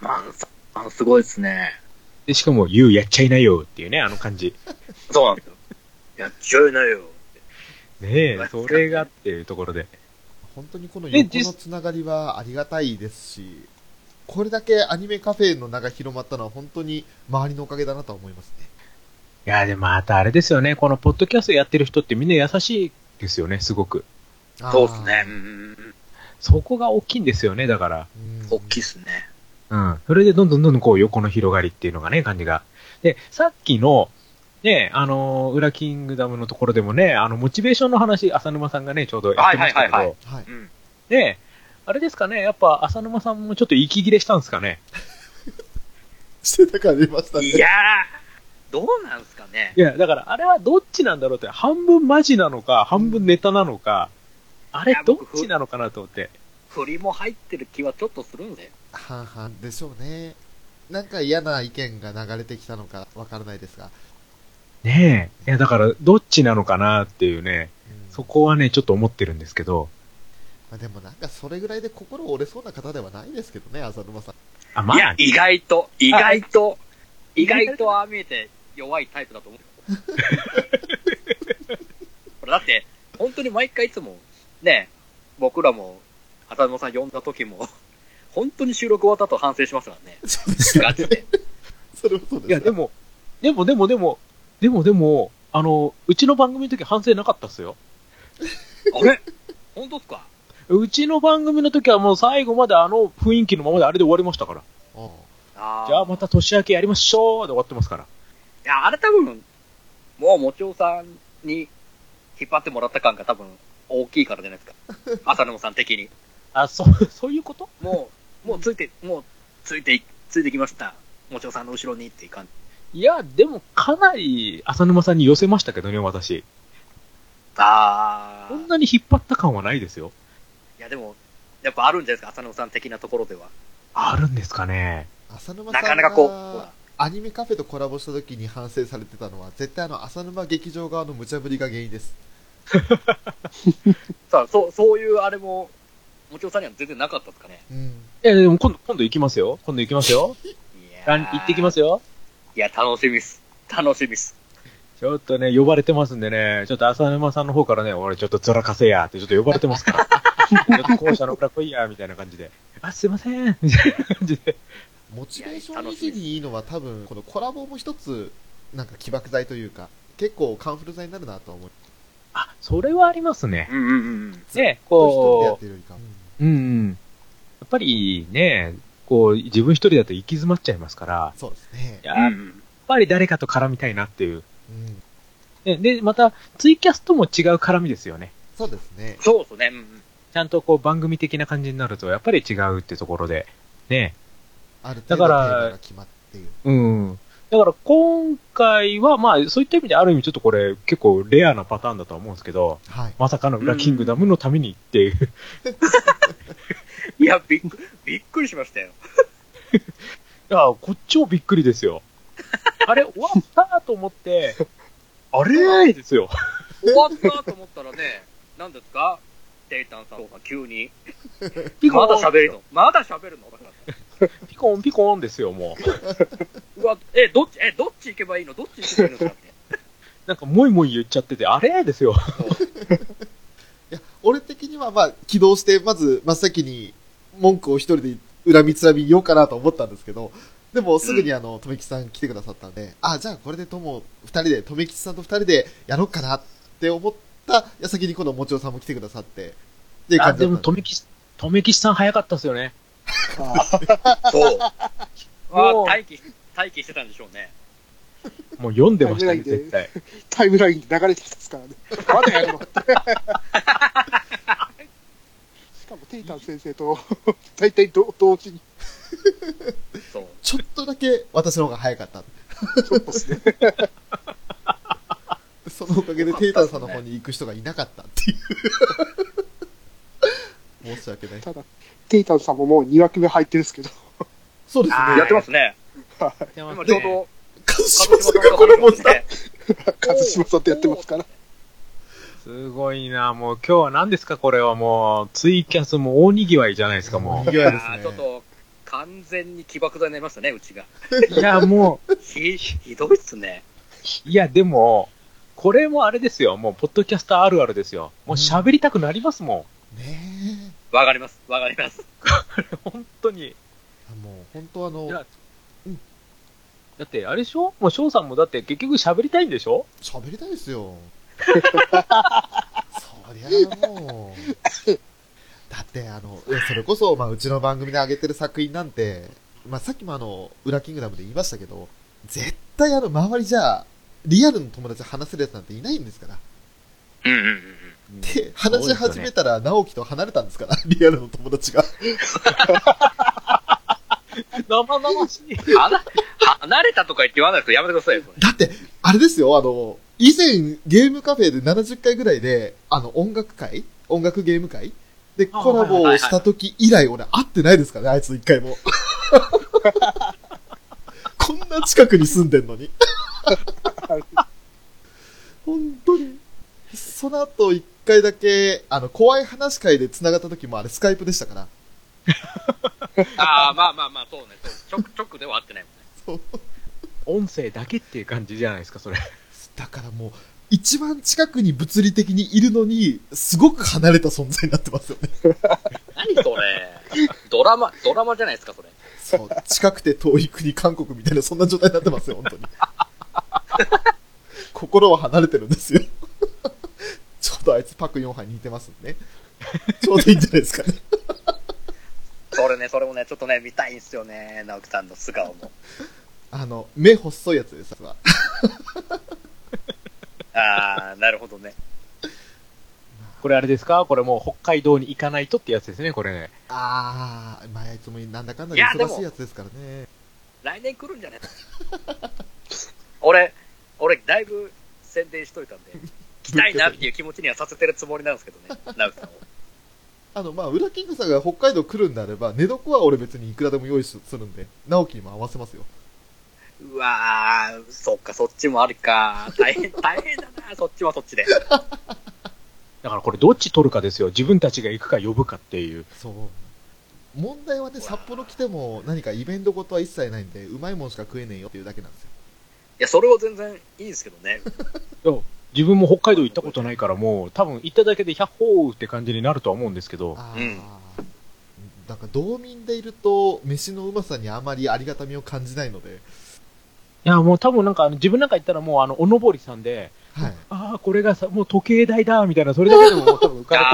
[SPEAKER 2] マンさん、すごいっすね。
[SPEAKER 5] で、しかも、言うやっちゃいなよっていうね、あの感じ。
[SPEAKER 2] そうなんですよ。やっちゃいなよ。
[SPEAKER 5] ねえ、それがっていうところで。
[SPEAKER 3] 本当にこの
[SPEAKER 5] で
[SPEAKER 3] 横のつながりはありがたいですし、これだけアニメカフェの名が広まったのは本当に周りのおかげだなとは思いますね。
[SPEAKER 5] いや、でもまたあれですよね、このポッドキャストやってる人ってみんな優しいですよね、すごく。
[SPEAKER 2] そうっすね。
[SPEAKER 3] あー。
[SPEAKER 2] うんうんうん。
[SPEAKER 5] そこが大きいんですよね、だから。
[SPEAKER 3] うん
[SPEAKER 2] 大きいっすね。
[SPEAKER 5] うん。それでどんどんどんどんこう横の広がりっていうのがね、感じが。で、さっきの、ね、あのー、裏キングダムのところでもね、あの、モチベーションの話、浅沼さんがね、ちょうどやってましたけど、
[SPEAKER 2] はいはいはいは
[SPEAKER 3] はい。
[SPEAKER 2] うん。
[SPEAKER 5] で、あれですかね、やっぱ浅沼さんもちょっと息切れしたんですかね。
[SPEAKER 3] してた感じましたね。
[SPEAKER 2] いやー、どうなんすかね
[SPEAKER 5] い。や、だからあれはどっちなんだろうって、半分マジなのか、半分ネタなのか、あれ
[SPEAKER 2] いや
[SPEAKER 5] どっ
[SPEAKER 2] 僕
[SPEAKER 5] ちなのかなと思って。
[SPEAKER 2] 振りも入ってる気はちょっとするんだよ。
[SPEAKER 3] 半々でしょうね。なんか嫌な意見が流れてきたのかわからないですが。
[SPEAKER 5] ねえ。いや、だからどっちなのかなっていうね、
[SPEAKER 3] うん
[SPEAKER 5] そこはね、ちょっと思ってるんですけど、
[SPEAKER 3] まあ、でもなんかそれぐらいで心折れそうな方ではないですけどね、浅沼さん。
[SPEAKER 5] あ、ま
[SPEAKER 2] い
[SPEAKER 5] あ
[SPEAKER 2] や、、意外と、意外と、意外とああ見えて弱いタイプだと思う よ。これだって、本当に毎回いつも、ね、僕らも、浅野さん呼んだ時も、本当に収録終わった後反省しますからね。ガチで。
[SPEAKER 3] それもそうです
[SPEAKER 5] いや、でも、でもでもでも、でもでも、あの、うちの番組の時反省なかったっすよ。
[SPEAKER 2] あれ本当っすか
[SPEAKER 5] うちの番組の時はもう最後まであの雰囲気のままであれで終わりましたから。
[SPEAKER 3] あ
[SPEAKER 2] あー
[SPEAKER 5] じゃあまた年明けやりましょうで終わってますから。
[SPEAKER 2] いや、あれ多分、もう、もちおさんに引っ張ってもらった感が多分、大きいからじゃないです か。浅野さん的に。
[SPEAKER 5] あ、そう、 そういうこと
[SPEAKER 2] もう、もうついて、もう、ついてい、ついてきました。もちろんさんの後ろにっていう感じ。
[SPEAKER 5] いや、でもかなり浅沼さんに寄せましたけどね、私。
[SPEAKER 2] あ
[SPEAKER 5] そんなに引っ張った感はないですよ。
[SPEAKER 2] いや、でも、やっぱあるんじゃないですか、浅野さん的なところでは。
[SPEAKER 5] あるんですかね。
[SPEAKER 3] あ浅沼さ
[SPEAKER 2] なん
[SPEAKER 3] が
[SPEAKER 2] かなかこう、ほら
[SPEAKER 3] アニメカフェとコラボした時に反省されてたのは絶対あの浅沼劇場側の無茶ぶりが原因です
[SPEAKER 2] さあ、そう、そういうあれも、もちろんさんには全然なかったですかね。
[SPEAKER 3] うん
[SPEAKER 5] いや、でも今度、今度行きますよ。今度行きますよ。
[SPEAKER 2] いや
[SPEAKER 5] ラン行ってきます
[SPEAKER 2] よ。
[SPEAKER 5] よ。
[SPEAKER 2] いや、楽しみっす。楽しみっす。
[SPEAKER 5] ちょっとね、呼ばれてますんでね、ちょっと浅沼さんの方からね、俺ちょっとずらかせやってちょっと呼ばれてます から。ちょっと校舎の裏来いや、みたいな感じで。あ、すいません、みたいな感じで。
[SPEAKER 3] モチベーション維持にいいのは多分このコラボも一つなんか起爆剤というか結構カンフル剤になるなとは思う
[SPEAKER 5] あ、それはありますね。
[SPEAKER 2] うんうんうん。
[SPEAKER 5] ね、
[SPEAKER 3] 一人でやっ
[SPEAKER 5] こ
[SPEAKER 3] てるよりかは
[SPEAKER 5] う、うんうん。やっぱりね、こう、自分一人だと行き詰まっちゃいますから、
[SPEAKER 3] そうですね
[SPEAKER 5] やっ
[SPEAKER 2] ん、
[SPEAKER 5] ぱり誰かと絡みたいなっていう。
[SPEAKER 3] うん
[SPEAKER 5] ねで、また、ツイキャスとも違う絡みですよね。
[SPEAKER 3] そうですね
[SPEAKER 2] そうっすね。うんうん
[SPEAKER 5] ちゃんとこう番組的な感じになると、やっぱり違うってところで、ね、
[SPEAKER 3] ある程度テ
[SPEAKER 5] だから
[SPEAKER 3] ーマが決まっている。
[SPEAKER 5] うん。だから今回は、まあそういった意味である意味ちょっとこれ結構レアなパターンだとは思うんですけど、
[SPEAKER 3] はい。
[SPEAKER 5] まさかの裏キングダムのためにっていう、
[SPEAKER 2] いや、びっくびっくりしましたよ。
[SPEAKER 5] いや、こっちもびっくりですよ。あれ、終わったと思って、あれですよ。
[SPEAKER 2] 終わったと思ったらね、何ですかテイタンさんが急 に。
[SPEAKER 5] ピコ
[SPEAKER 2] まだ
[SPEAKER 5] ーン、
[SPEAKER 2] 喋るのまだ喋るのだから
[SPEAKER 5] ピコーン、ピコーンですよ、もう。
[SPEAKER 2] うわ、え、どっち、え、どっち行けばいいのどっち行けばいいのってなって。
[SPEAKER 5] なんか、もいもい言っちゃってて、あれですよ。
[SPEAKER 3] いや、俺的にはまあ、起動して、まず真っ先に文句を一人で恨みつらみ言おうかなと思ったんですけど、でもすぐにあの、とめきちさん来てくださったんで、あ、じゃあこれでとも二人で、とめきちさんと二人でやろうかなって思った矢先に今度もちおさんも来てくださって、っていう
[SPEAKER 5] あ、
[SPEAKER 3] 感じ
[SPEAKER 5] で
[SPEAKER 3] だ
[SPEAKER 5] も、
[SPEAKER 3] った
[SPEAKER 5] と
[SPEAKER 3] んで。
[SPEAKER 5] めき、とめきしさん早かったですよね。
[SPEAKER 2] そう。
[SPEAKER 5] も
[SPEAKER 2] あ
[SPEAKER 5] う
[SPEAKER 2] 待機、待機してたんでしょうね。
[SPEAKER 5] もう読んでましたね、
[SPEAKER 4] 危ないんで
[SPEAKER 5] 絶対。
[SPEAKER 4] タイムラインで流れてきたっすからね。まだや るのって。しかも、テイタン先生と、 大体ど同時に、
[SPEAKER 2] そう。
[SPEAKER 3] ちょっとだけ私の方が早かった。
[SPEAKER 4] ちょっとですね。
[SPEAKER 3] そのおかげでテイタンさんの方に行く人がいなかったっていう。申し訳ない。
[SPEAKER 4] ただ、テイタンさんももう2枠目入ってるんです けど、
[SPEAKER 3] そうです
[SPEAKER 5] あ
[SPEAKER 3] ね。
[SPEAKER 5] ー
[SPEAKER 2] やってますね。今ちょうど、
[SPEAKER 3] 一
[SPEAKER 2] 鹿児
[SPEAKER 3] 茂さ
[SPEAKER 2] 島
[SPEAKER 3] んがこれもさ、
[SPEAKER 2] ね。
[SPEAKER 4] 一島さんとやってますから。
[SPEAKER 5] すごいな、もう今日は何ですか、これはもう、ツイキャスも大にぎわいじゃないですか、も
[SPEAKER 3] いやです
[SPEAKER 2] あ
[SPEAKER 3] ね
[SPEAKER 2] ーちょっと、完全に起爆剤になりましたね、うちが。
[SPEAKER 5] う。 いや、もう、
[SPEAKER 2] ひ、ひどいっすね。
[SPEAKER 5] いや、でも、これもあれですよ、もう、ポッドキャスターあるあるですよ。もう喋りたくなりますもん。
[SPEAKER 3] ね
[SPEAKER 2] わかります、わかります。
[SPEAKER 5] 本当に。
[SPEAKER 3] え。もう本当あ
[SPEAKER 5] いや
[SPEAKER 3] の、うん
[SPEAKER 5] だって、あれでしょもう翔さんもだって結局喋りたいんで しょ
[SPEAKER 3] 喋りたいです よ。そりゃもう。だってあの、それこそ、まあ、うちの番組で上げてる作品なんて、まあ、さっきもあの、裏キングダムで言いましたけど、絶対あの、周りじゃ、リアルの友達と話せるやつなんていないんですから。
[SPEAKER 2] うんうんうん。
[SPEAKER 3] で、話し始めたら、直樹と離れたんですから、リアルの友達が。
[SPEAKER 5] 生々しい。
[SPEAKER 2] 離離れたとか言って言わないですけど、やめてくださいよ、これ。
[SPEAKER 3] だって、あれですよ、あの、以前、ゲームカフェで70回ぐらいで、あの、音楽会音楽ゲーム会で、
[SPEAKER 5] あ
[SPEAKER 3] コラボをした時以来、俺、会ってないですからね、あいつ一回も。こんな近くに住んでんのに。本当に。その後、一回だけ、あの、怖い話会で繋がった時も、あれ、スカイプでしたから。
[SPEAKER 2] ああ、まあまあまあ、そうね。そう直、直では合ってないもんね。
[SPEAKER 3] そう
[SPEAKER 5] 音声だけっていう感じじゃないですか、それ。
[SPEAKER 3] だからもう、一番近くに物理的にいるのに、すごく離れた存在になってますよね。
[SPEAKER 2] 何それ。ドラマ、ドラマじゃないですか、それ。
[SPEAKER 3] そう、近くて遠い国、韓国みたいな、そんな状態になってますよ、本当 に。心は離れてるんですよ。 ちょうどあいつパク4杯似てますんでね。ちょうどいいんじゃないですかね。
[SPEAKER 2] それね、それもね、ちょっとね、見たいんすよね、直樹さんの素顔も。
[SPEAKER 3] あの、目細いやつですわ。
[SPEAKER 2] ああ、なるほどね。
[SPEAKER 5] これあれですかこれもう北海道に行かないとってやつですね、これね。
[SPEAKER 3] あー、まあ、あいつもなんだかんだ
[SPEAKER 2] い
[SPEAKER 3] で
[SPEAKER 2] やでも
[SPEAKER 3] 忙しいやつですからね。
[SPEAKER 2] 来年来るんじゃない俺、俺、だいぶ宣伝しといたんで、来たいなっていう気持ちにはさせてるつもりなんですけどね、直樹さんを。
[SPEAKER 3] あの、まあ、ウラキングさんが北海道来るんであれば、寝床は俺別にいくらでも用意するんで、直樹にも合わせますよ。
[SPEAKER 2] うわー、そっか、そっちもあるか。大変、大変だな、そっちはそっちで。
[SPEAKER 5] だからこれどっち取るかですよ。自分たちが行くか呼ぶかっていう。
[SPEAKER 3] そう。問題はね、札幌来ても何かイベントごとは一切ないんで、うまいもんしか食えねえよっていうだけなんですよ。
[SPEAKER 2] いや、それは全然いいんですけどね。
[SPEAKER 5] 自分も北海道行ったことないからもう多分行っただけで百歩って感じになるとは思うんですけど。
[SPEAKER 3] ああ、
[SPEAKER 2] うん
[SPEAKER 3] なんか道民でいると、飯のうまさにあまりありがたみを感じないので、
[SPEAKER 5] いやもう多分なんかあの自分なんか行ったらもうあのおのぼりさんで、
[SPEAKER 3] はい。
[SPEAKER 5] ああ、これがさ、もう時計台だみたいな、それだけでももう多分浮かれてると思いますから。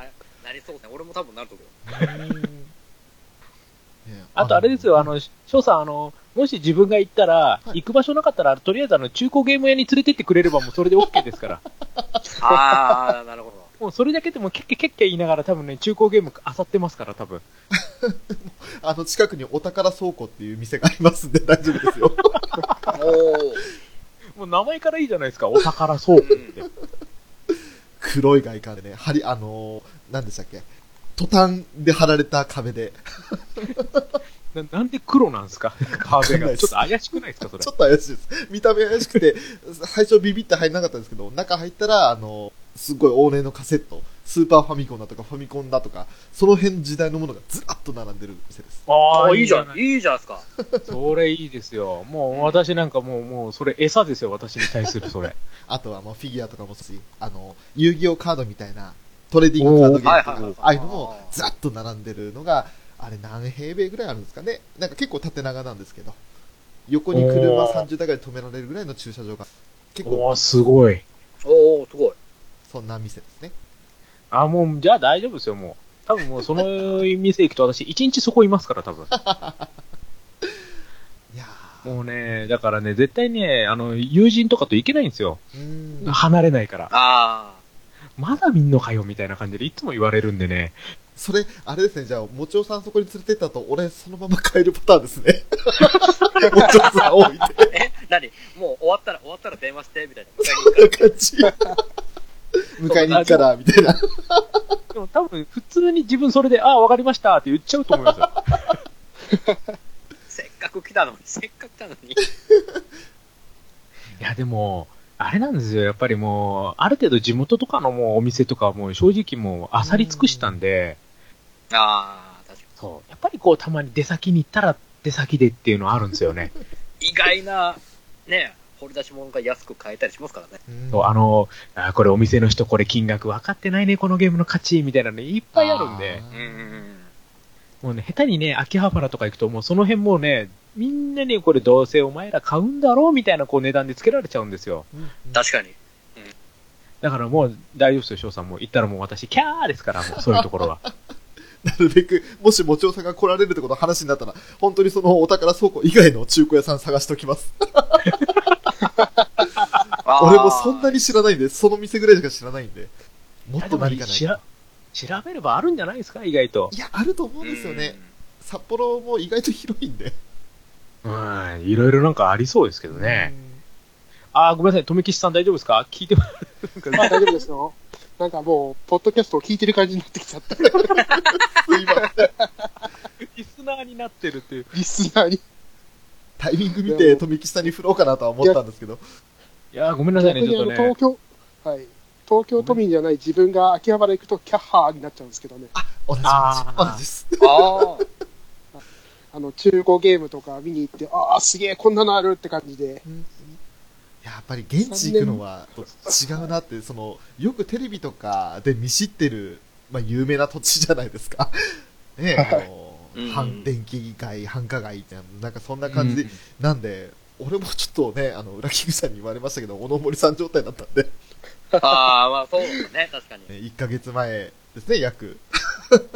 [SPEAKER 2] あー、なりそうですね。俺も多分なると思う。
[SPEAKER 3] ね
[SPEAKER 5] あとあれですよ、あ、の、翔さん、あの、もし自分が行ったら、
[SPEAKER 3] い
[SPEAKER 5] 行く場所なかったら、とりあえずあの、中古ゲーム屋に連れてってくれればもうそれで OK ですから。
[SPEAKER 2] あー、なるほど。
[SPEAKER 5] もうそれだけでもキャッキャキャッキャ言いながら多分ね、中古ゲーム漁ってますから、多分。
[SPEAKER 3] あの、近くにお宝倉庫っていう店がありますんで大丈夫です よ。
[SPEAKER 2] おー
[SPEAKER 5] もう名前からいいじゃないですか、お宝倉庫って。
[SPEAKER 3] 黒い外観でね、張り、あのー、なんでしたっけ。トタンで貼られた壁で、
[SPEAKER 5] ななんで黒なんですか、壁
[SPEAKER 3] わかんない
[SPEAKER 5] が。
[SPEAKER 3] です
[SPEAKER 5] ちょっと怪しくないですか、それ
[SPEAKER 3] ちょ。っと怪しいです。見た目怪しくて、最初ビビって入んなかったんですけど、中入ったら、あのー、すごい往年のカセット、スーパーファミコンだとかファミコンだとか、その辺時代のものがずらっと並んでる店です。
[SPEAKER 5] あ
[SPEAKER 2] あーいいじゃん。
[SPEAKER 5] い。
[SPEAKER 2] いいじゃないですか。
[SPEAKER 5] それいいですよ。もう私なんかもう、もうそれ餌ですよ、私に対するそれ。
[SPEAKER 3] あとはもうフィギュアとかもそうし、あの、遊戯王カードみたいな、トレーディングカードゲームとか、
[SPEAKER 2] おーはいはいはい
[SPEAKER 3] ああいうのもざっと並んでるのが、あれ何平米ぐらいあるんですかねなんか結構縦長なんですけど、横に車
[SPEAKER 5] おー
[SPEAKER 3] 30台ぐらい止められるぐらいの駐車場が、結構
[SPEAKER 5] おおすごい。
[SPEAKER 2] おおすごい。
[SPEAKER 3] そんな店ですね。
[SPEAKER 5] あ、もう、じゃあ大丈夫ですよ、もう。多分もうその店行くと私、一日そこいますから、多分。
[SPEAKER 3] いやー、
[SPEAKER 5] もうね、だからね、絶対ね、あの、友人とかと行けないんですよ。
[SPEAKER 3] うーん、
[SPEAKER 5] 離れないから。
[SPEAKER 2] あ
[SPEAKER 5] まだ見んのかよ、みたいな感じでいつも言われるんでね。
[SPEAKER 3] それ、あれですね、じゃあ、もちおさんそこに連れてったと、俺そのまま帰るパターンですね。 もちおさん置いて
[SPEAKER 2] あ。え、何もう終わったら、終わったら電話して、みたいな。
[SPEAKER 3] る感じ。迎えに行くから、みたいな。
[SPEAKER 5] でも多分、普通に自分それで、ああ、わかりましたって言っちゃうと思いますよ。
[SPEAKER 2] せっかく来たのに、せっかく来たのに。
[SPEAKER 5] いや、でも、あれなんですよ。やっぱりもう、ある程度地元とかのもうお店とかはもう正直もう、あさり尽くしたんで、
[SPEAKER 2] ああ、確か
[SPEAKER 5] そう。やっぱりこう、たまに出先に行ったら、出先でっていうのはあるんですよね。
[SPEAKER 2] に。意外な、ね、掘り出し物が安く買えたりしますからね。
[SPEAKER 5] そうあの、あーこれお店の人、これ金額分かってないね、このゲームの価値、みたいなのいっぱいあるんで、
[SPEAKER 2] うんうん
[SPEAKER 5] もうね、下手にね、秋葉原とか行くと、もうその辺もうね、みんなにこれどうせお前ら買うんだろうみたいなこう値段で付けられちゃうんですよ。
[SPEAKER 3] うん。
[SPEAKER 2] うん。確かに。
[SPEAKER 5] だからもう大丈夫ですよ、翔さん。もう行ったらもう私、キャーですから、もうそういうところは。
[SPEAKER 3] なるべく、もしもちおさんが来られるってことの話になったら、本当にそのお宝倉庫以外の中古屋さん探しときます。俺もそんな
[SPEAKER 2] に。
[SPEAKER 3] に知らないんで、その店ぐらいしか知らないんで。もっと何かない
[SPEAKER 5] しら調べればあるんじゃないですか、意外と
[SPEAKER 3] い。や、あると思うんですよね。札幌も意外と広いんで。
[SPEAKER 5] うん、いろいろなんかありそうですけどね。あー、ごめんなさい、富吉さん大丈夫ですか聞いてます。
[SPEAKER 4] まあ大丈夫ですよ。なんかもう、ポッドキャストを聞いてる感じになってきちゃった。
[SPEAKER 3] うん。すいません
[SPEAKER 5] リスナーになってるっていう。
[SPEAKER 4] リスナーに。
[SPEAKER 3] タイミング見て、富吉さんに振ろうかなとは思ったんですけど。
[SPEAKER 5] いやー、ごめんなさい
[SPEAKER 4] 逆
[SPEAKER 5] ね、ち
[SPEAKER 4] に
[SPEAKER 5] ょっ
[SPEAKER 4] あ
[SPEAKER 5] と
[SPEAKER 4] の
[SPEAKER 5] ね。
[SPEAKER 4] 東京、はい。東京都民じゃない自分が秋葉原行くとキャッハーになっちゃうんですけどね。
[SPEAKER 3] 同じ、
[SPEAKER 5] あ
[SPEAKER 3] 同
[SPEAKER 5] ー
[SPEAKER 3] じです。
[SPEAKER 2] あ あ。
[SPEAKER 4] あの、中古ゲームとか見に行って、ああ、すげえ、こんなのあるって感じで。
[SPEAKER 3] やっぱり現地行くのは違うなって、その、よくテレビとかで見知ってる、まあ、有名な土地じゃないですか。 ねえ、あの
[SPEAKER 2] うん、
[SPEAKER 3] 反電気街、繁華街って、なんかそんな感じで、なんで、俺もちょっとね、あの、裏キングさんに言われましたけど、おのぼりさん状態だったんで、
[SPEAKER 2] ああ、まあそうだね、確かに。
[SPEAKER 3] ね1ヶ月前ですね、約。
[SPEAKER 5] うんそう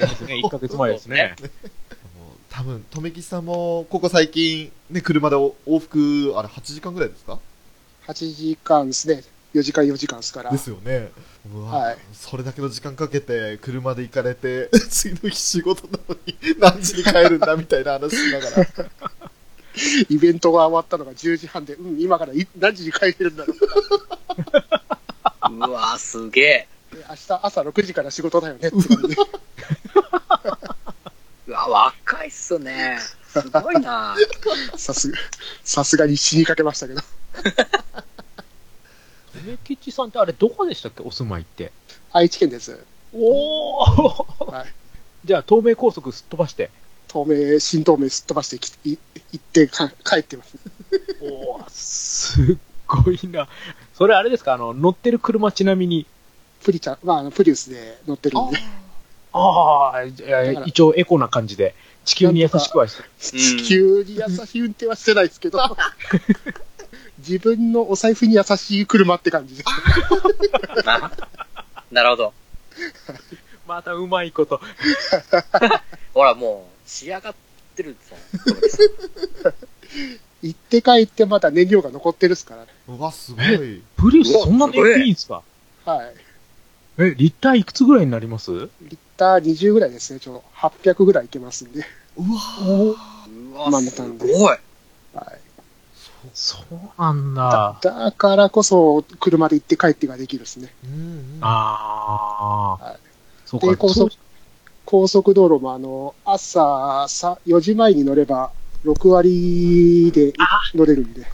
[SPEAKER 5] ですね、1ヶ月前ですね。
[SPEAKER 3] もう多分、とめきさんも、ここ最近、ね、車でお往復、あれ、8時間ぐらいですか
[SPEAKER 4] 8時間ですね。4時間4時間ですから。
[SPEAKER 3] ですよね。うわ、
[SPEAKER 4] はい
[SPEAKER 3] それだけの時間かけて、車で行かれて、 次の日仕事なのに、 何時に帰るんだ、みたいな話しなが ら。
[SPEAKER 4] イベントが終わったのが10時半で、うん、今からい何時に帰れるんだろう。
[SPEAKER 2] うわー、すげえ。
[SPEAKER 4] で明日朝6時から仕事だよねって感じで。
[SPEAKER 2] うわ、若いっすね。すごい な。
[SPEAKER 4] さすが、さすがに死にかけましたけど。
[SPEAKER 5] 梅吉さんってあれ、どこでしたっけ、お住まいって。
[SPEAKER 4] 愛知県です。
[SPEAKER 5] おお、
[SPEAKER 4] はい
[SPEAKER 5] じゃあ、東名高速すっ飛ばして。
[SPEAKER 4] 透明、新透明すっ飛ばしてきい行ってか帰ってます。
[SPEAKER 5] おお、すっごいな。それあれですか、あの、乗ってる車ちなみに。
[SPEAKER 4] プリちゃん、まああの、プリウスで乗ってるんで、
[SPEAKER 5] ああ、じゃあ
[SPEAKER 4] だから
[SPEAKER 5] 一応エコな感じで、地球に優しくはしてる。
[SPEAKER 4] 地球に優しい運転はしてないですけど、自分のお財布に優しい車って感じです。
[SPEAKER 2] あなるほど。
[SPEAKER 5] またうまいこと。
[SPEAKER 2] ほら、もう、仕上がってるぞ。
[SPEAKER 4] 行って帰ってまだ燃料が残ってるっすからね。
[SPEAKER 3] うわ、すごい。
[SPEAKER 5] プリウス、そんなのいいんすか
[SPEAKER 4] はい。
[SPEAKER 5] え、立体いくつぐらいになります
[SPEAKER 4] リッター20ぐらいですね、ちょうど。800ぐらいいけますんで。
[SPEAKER 3] うわぁ。
[SPEAKER 2] う
[SPEAKER 4] ま
[SPEAKER 2] わ、
[SPEAKER 4] あ
[SPEAKER 2] すごい。
[SPEAKER 4] はい、
[SPEAKER 5] そうなんだ。
[SPEAKER 4] だからこそ、車で行って帰ってができるですね。
[SPEAKER 3] うんうん
[SPEAKER 5] ああ、
[SPEAKER 4] はい
[SPEAKER 5] そう
[SPEAKER 4] で、
[SPEAKER 5] か。
[SPEAKER 4] 高
[SPEAKER 5] そう
[SPEAKER 4] 速高速道路もあの朝さ4時前に乗れば、6割で乗れるんで。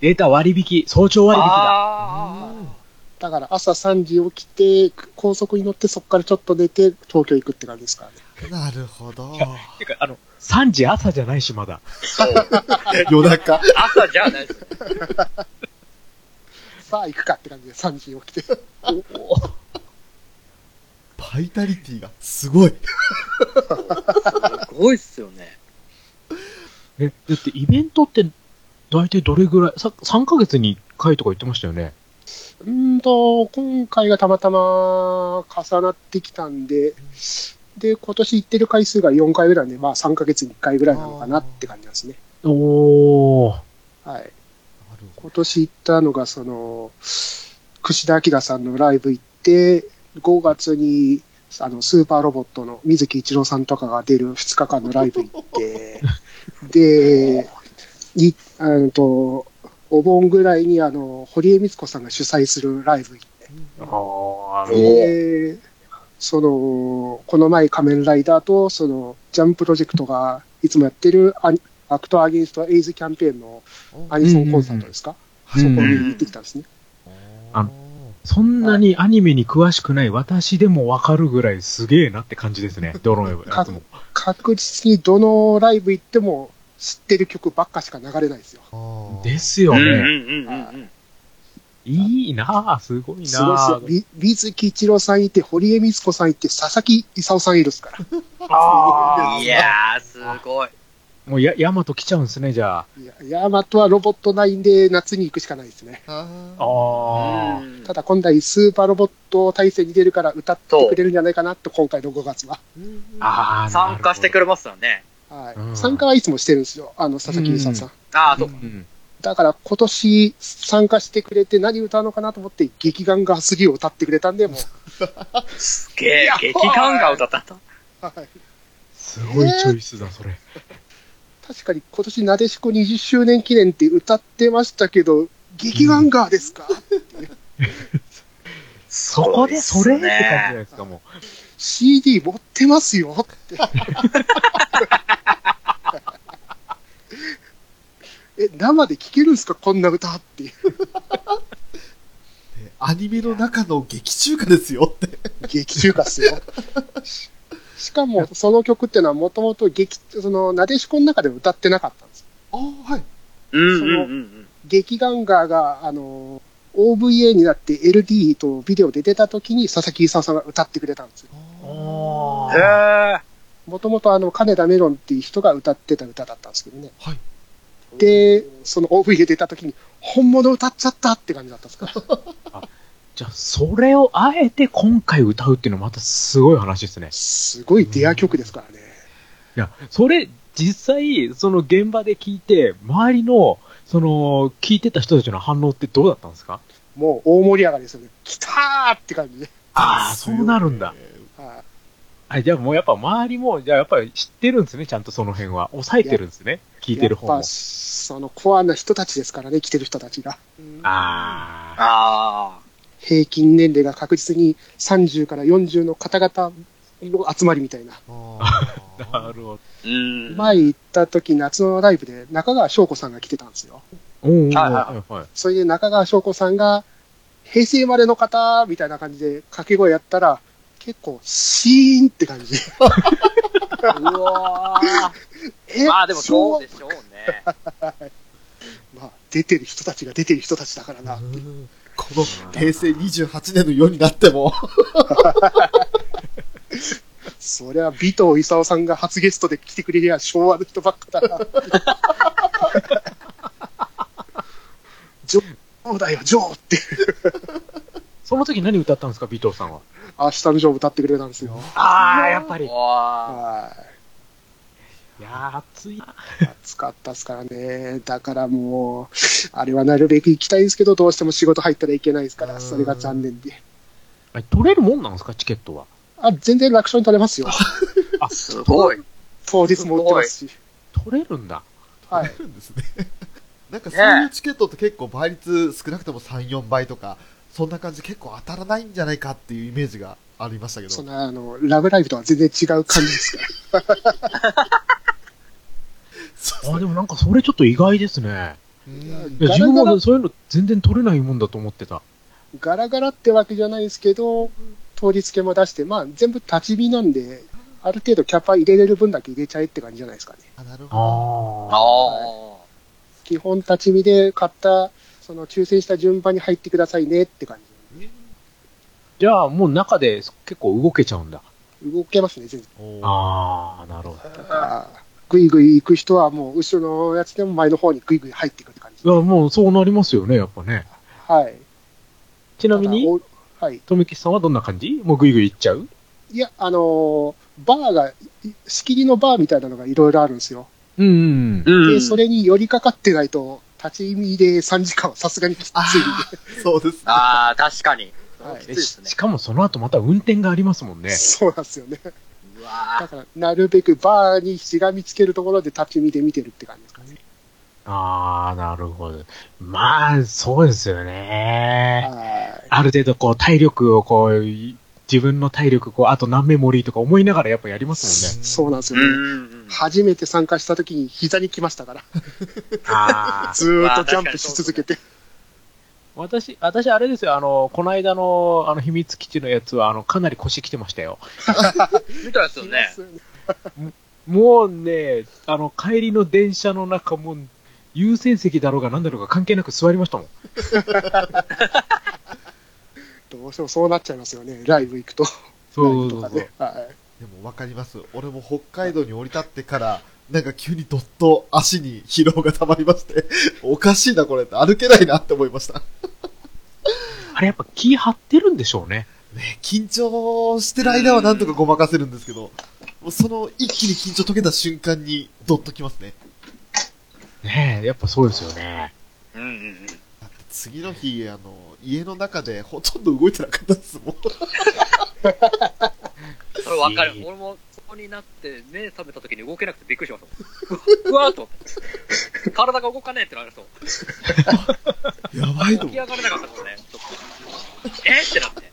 [SPEAKER 5] データ割引、早朝割引だ。
[SPEAKER 2] あ
[SPEAKER 3] うん
[SPEAKER 4] だから朝3時起きて、高速に乗ってそこからちょっと寝て、東京行くって感じですからね。
[SPEAKER 3] なるほど。
[SPEAKER 5] てか、あの、3時朝じゃないし、まだ。
[SPEAKER 3] 夜中。
[SPEAKER 2] あ。朝じゃないです。
[SPEAKER 4] さあ行くかって感じで3時に起きて。
[SPEAKER 3] バイタリティがすごい。
[SPEAKER 2] すごいっすよね。
[SPEAKER 5] え、だってイベントって、大体どれぐらいさ ?3 ヶ月に1回とか言ってましたよね。
[SPEAKER 4] うーんと、今回がたまたま重なってきたんで、で、今年行ってる回数が4回ぐらいなんで、まあ3ヶ月に1回ぐらいなのかなって感じなんですね。
[SPEAKER 5] おー。
[SPEAKER 4] はい。
[SPEAKER 3] なるほ
[SPEAKER 4] 今年行ったのが、その、串田明さんのライブ行って、5月に、あの、スーパーロボットの水木一郎さんとかが出る2日間のライブ行って、で、に、あのと、お盆ぐらいに、あの、堀江光子さんが主催するライブ行って、
[SPEAKER 5] あ
[SPEAKER 2] お
[SPEAKER 4] で、その、この前仮面ライダーと、その、ジャンプロジェクトがいつもやってるアニアクトアゲインストエイズキャンペーンの
[SPEAKER 3] ど。
[SPEAKER 4] アニソンコンサートですか、
[SPEAKER 5] うんうんうん
[SPEAKER 4] そこに行ってきたんですね。
[SPEAKER 5] あそんなにアニメに詳しくない私でもわかるぐらいすげえなって感じですね。どのやつも。
[SPEAKER 4] 確実にどのライブ行っても知ってる曲ばっかしか流れないですよ。
[SPEAKER 3] の。
[SPEAKER 5] ですすよ
[SPEAKER 2] うんうん
[SPEAKER 5] ね。
[SPEAKER 2] うんうん
[SPEAKER 5] いいなあすごい
[SPEAKER 4] すごいです
[SPEAKER 5] な
[SPEAKER 4] よ。み水木一郎さんいて、堀江光子さんいて、佐々木勲さんいるですから。
[SPEAKER 2] うん。いやー、すごい。
[SPEAKER 5] もうや、ヤマト来ちゃうんですね、じゃあ。
[SPEAKER 4] いやヤマトはロボットないんで、夏に行くしかないですね。
[SPEAKER 3] あー
[SPEAKER 5] あ
[SPEAKER 2] うん
[SPEAKER 4] ただ今回、スーパーロボット体制に出るから歌ってくれるんじゃないかなと、今回の5月は。
[SPEAKER 3] うん
[SPEAKER 5] あー。
[SPEAKER 2] 参加してく
[SPEAKER 5] る
[SPEAKER 2] れますよね。
[SPEAKER 4] はい
[SPEAKER 5] うん
[SPEAKER 4] 参加はいつもしてるんですよ、あの佐々木勲さん。
[SPEAKER 2] ああ、
[SPEAKER 5] ほ
[SPEAKER 2] そう
[SPEAKER 5] ど。
[SPEAKER 2] か。
[SPEAKER 5] うん
[SPEAKER 4] だから今年参加してくれて、何歌うのかなと思って、劇眼が次を歌ってくれたんで、も
[SPEAKER 2] すげえ、劇感が歌ったんだ。
[SPEAKER 4] う。はい
[SPEAKER 5] すごいチョイスだ、それ。
[SPEAKER 4] 確かに今年なでしこ20周年記念って歌ってましたけど、劇ガンガーですか、
[SPEAKER 5] そこでそれって感じじゃない
[SPEAKER 2] ね。
[SPEAKER 5] ですか、も
[SPEAKER 4] ?CD 持ってますよ って。え、生で聴けるんですかこんな歌っていう。
[SPEAKER 3] アニメの中の劇中歌ですよって。
[SPEAKER 4] 劇中歌っ すよ。ししかも、その曲ってのはもともと劇、その、なでしこの中では歌ってなかったんです。
[SPEAKER 3] ああ、はい。
[SPEAKER 2] うんうんうんうん。
[SPEAKER 4] 劇ガンガーが、あの、OVA になって LD とビデオで出た時に佐々木勲さんが歌ってくれたんですよ
[SPEAKER 5] おー
[SPEAKER 2] へえ。
[SPEAKER 4] もともとあの、金田メロンっていう人が歌ってた歌だったんですけどね。
[SPEAKER 3] はい
[SPEAKER 4] で、その OV で出た時に、本物歌っちゃったって感じだった んですから。
[SPEAKER 5] う。じゃあ、それをあえて今回歌うっていうのはまたすごい話ですね。
[SPEAKER 4] すごいレア曲ですからね。
[SPEAKER 5] いや、それ、実際、その現場で聞いて、周りの、その、聞いてた人たちの反応ってどうだったんですか
[SPEAKER 4] もう大盛り上がりですよね。来たーって感じで。
[SPEAKER 5] ああ、そうなるんだ。
[SPEAKER 4] は
[SPEAKER 5] あ、じゃあもうやっぱ周りも、じゃあやっぱり知ってるんですね、ちゃんとその辺は。抑えてるんですね、聞いてる方
[SPEAKER 4] やっ
[SPEAKER 5] も
[SPEAKER 4] ぱ、。そのコアな人たちですからね、来てる人たちが。
[SPEAKER 5] ああ。
[SPEAKER 2] あ
[SPEAKER 4] 平均年齢が確実に30から40の方々の集まりみたいな。
[SPEAKER 5] な
[SPEAKER 3] あ
[SPEAKER 5] るほ
[SPEAKER 2] あ。うん。
[SPEAKER 4] 前行った時、夏のライブで中川翔子さんが来てたんですよ。
[SPEAKER 5] ど。うんうんうん
[SPEAKER 2] はいは
[SPEAKER 5] はい。
[SPEAKER 4] それで中川翔子さんが、平成生まれの方みたいな感じで掛け声やったら、結構、シーンって感じ。
[SPEAKER 2] うわー
[SPEAKER 4] え
[SPEAKER 2] まあでもそうで
[SPEAKER 4] 昭
[SPEAKER 2] しょうね。
[SPEAKER 4] 和まあ、出てる人たちが出てる人たちだからな。
[SPEAKER 3] この平成28年の世になっても、
[SPEAKER 4] そりゃ、尾藤勲さんが初ゲストで来てくれりゃ昭和の人ばっか だな。ジョーだよ、ジョーって。
[SPEAKER 5] その時何歌ったんですか、ビートさんは。
[SPEAKER 4] 明日のジョー歌ってくれたんですよ。
[SPEAKER 5] ああ、やっぱり。い
[SPEAKER 2] わ
[SPEAKER 4] はい。
[SPEAKER 5] やー、熱いな。
[SPEAKER 4] 暑かったっすからね。だからもう、あれはなるべく行きたいんですけど、どうしても仕事入ったらいけないですか
[SPEAKER 3] う
[SPEAKER 4] ら、
[SPEAKER 3] ん
[SPEAKER 4] それが残念で。
[SPEAKER 5] えあれ取れるもんなんですか、チケットは。
[SPEAKER 4] あ、全然楽勝に取れますよ。
[SPEAKER 2] すごい。
[SPEAKER 4] 当日も売ってますし。
[SPEAKER 5] 取れるんだ。
[SPEAKER 4] はい。
[SPEAKER 3] るんですね。なんかそういうチケットって結構倍率少なくとも3、4倍とか、そんな感じで結構当たらないんじゃないかっていうイメージがありましたけ
[SPEAKER 4] そん
[SPEAKER 3] ど。
[SPEAKER 4] な、あの、ラブライブとは全然違う感じですから。
[SPEAKER 3] そう
[SPEAKER 5] あ、でもなんかそれちょっと意外ですね。
[SPEAKER 3] うん
[SPEAKER 5] いや
[SPEAKER 4] ガ
[SPEAKER 5] 自
[SPEAKER 4] ラ
[SPEAKER 5] 分
[SPEAKER 4] ガラ
[SPEAKER 5] はそういうの全然取れないもんだと思ってた。
[SPEAKER 4] ガラガラってわけじゃないですけど、通り付けも出して、まあ、全部立ち見なんで、ある程度キャパ入れれる分だけ入れちゃえって感じじゃないですかね。
[SPEAKER 3] あなるほ
[SPEAKER 2] あ
[SPEAKER 5] あ
[SPEAKER 2] あ。
[SPEAKER 4] 基本立ち見で買った、その抽選した順番に入ってくださいねって感
[SPEAKER 5] じゃあもう中で結構動けちゃうんだ。
[SPEAKER 4] じ。動けますね、全然。
[SPEAKER 3] ど。おー
[SPEAKER 5] ああ、なるほど。
[SPEAKER 4] あーぐいぐい行く人はもう後ろのやつでも前の方にぐいぐい入っていくって感じ。
[SPEAKER 5] いや、もうそうなりますよね、やっぱね。
[SPEAKER 4] はい。
[SPEAKER 5] ちなみに、
[SPEAKER 4] ただおはい。
[SPEAKER 5] とめきさんはどんな感じもうグイグイいっちゃう
[SPEAKER 4] いや、あのーバーが、い仕切りのバーみたいなのがいろいろあるんですよ。
[SPEAKER 5] うん。
[SPEAKER 2] う
[SPEAKER 4] で、それに寄りかかってないと、立ち見で3時間はさすがにきついんで。
[SPEAKER 3] そうですね。
[SPEAKER 2] ああ、確かに。
[SPEAKER 4] はい
[SPEAKER 2] きついで
[SPEAKER 5] え
[SPEAKER 2] す
[SPEAKER 5] し
[SPEAKER 2] ね
[SPEAKER 5] し。かもその後また運転がありますも んね。
[SPEAKER 4] そうなんですよね。
[SPEAKER 2] うわ
[SPEAKER 4] だから、なるべくバーにしがみつけるところで立ち見で見てるって感じですかね。
[SPEAKER 5] ああ、なるほど。まあ、そうですよね。
[SPEAKER 4] は
[SPEAKER 5] ある程度こう体力をこう、い自分の体力こう、あと何メモリーとか思いながらやっぱやります
[SPEAKER 4] い。そうなんです
[SPEAKER 2] ー
[SPEAKER 4] よね。
[SPEAKER 2] ん。
[SPEAKER 4] 初めて参加した時に膝に来ましたから、
[SPEAKER 5] もんね。ああ。
[SPEAKER 4] ずーっとジャンプし続けて。
[SPEAKER 5] 私、私あれですよ、あの、この間の、あの、秘密基地のやつは、あの、かなり腰きてましたよ。
[SPEAKER 2] みたいですよね。
[SPEAKER 5] もうね、あの、帰りの電車の中も、優先席だろうが何だろうが関係なく座りましたもん。
[SPEAKER 4] どうしてもそうなっちゃいますよね、ライブ行くと。
[SPEAKER 5] そう
[SPEAKER 4] と
[SPEAKER 5] そ
[SPEAKER 4] か
[SPEAKER 5] うそう
[SPEAKER 4] ね。。はい
[SPEAKER 3] でもわかります。俺も北海道に降り立ってから、なんか急にどっと足に疲労が溜まりまして、 おかしいなこれって歩けないなって思いました。
[SPEAKER 5] あれやっぱ気張ってるんでしょうね。
[SPEAKER 3] ね、緊張してる間はなんとかごまかせるんですけど、もうその一気に緊張解けた瞬間にドッときますね。
[SPEAKER 5] ねえ、やっぱそうですよね。
[SPEAKER 2] うんうんうん。
[SPEAKER 3] だって次の日、あの、家の中でほとんど動いてなかったですもん。
[SPEAKER 2] それわかる。
[SPEAKER 5] いい
[SPEAKER 2] 俺も、そこになって、目覚めた時に動けなくてびっくりしましたもん。うわーっと思って。体が動かねえってなると、
[SPEAKER 3] やばいと
[SPEAKER 2] 起き
[SPEAKER 3] 思う。
[SPEAKER 2] 上がれなかったもんね。ちょっとえーってなって。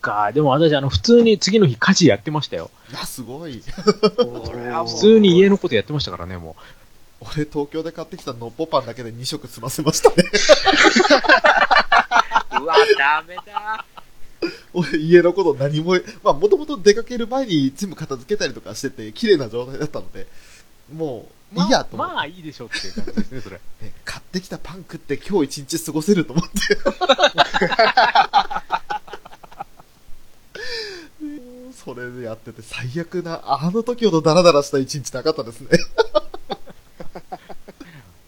[SPEAKER 5] か、でも私、あの、普通に次の日家事やってましたよ。
[SPEAKER 3] いや、すごい。
[SPEAKER 5] 普通に家のことやってましたからね、も
[SPEAKER 3] 俺東京で買ってきたのっぽパンだけで2食済ませましたね。
[SPEAKER 2] うわ、ダメだ。
[SPEAKER 3] 俺、家のこと何も、まあ、もともと出かける前に全部片付けたりとかしてて、綺麗な状態だったので、も
[SPEAKER 5] う。
[SPEAKER 3] う、いいやと
[SPEAKER 5] ま
[SPEAKER 3] 思って、
[SPEAKER 5] あまあいいでしょうっていう感じですね、それ。
[SPEAKER 3] ね買ってきたパン食って今日一日過ごせると思って。 もうそれでやってて最悪な、あの時ほどダラダラした一日なかったですね。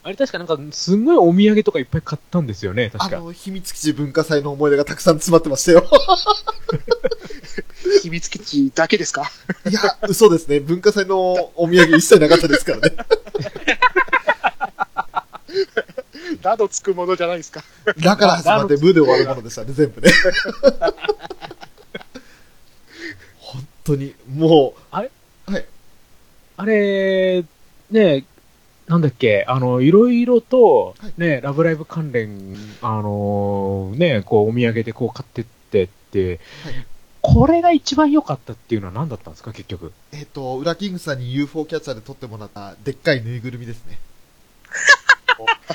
[SPEAKER 5] あれ確かなんか、すんごいお土産とかいっぱい買ったんですよね、
[SPEAKER 3] あ
[SPEAKER 5] 確か。
[SPEAKER 3] の、秘密基地文化祭の思い出がたくさん詰まってました よ。
[SPEAKER 4] 秘密基地だけですか
[SPEAKER 3] いや、嘘ですね。文化祭のお土産一切なかったですからね。
[SPEAKER 4] などつくものじゃないですか。
[SPEAKER 3] だから始まって無で終わるものでしたね、全 部ね。本当に、もう、
[SPEAKER 5] あれ、ねえ、なんだっけ、あの、いろいろと
[SPEAKER 3] はい、
[SPEAKER 5] ねえ、ラブライブ関連、あのねえ、こう、お土産でこう買ってってって、
[SPEAKER 3] はい
[SPEAKER 5] これが一番良かったっていうのは何だったんですか、結局。
[SPEAKER 3] えっ、と、ウラキングさんに UFO キャッチャーで撮ってもらった、でっかいぬいぐるみですね。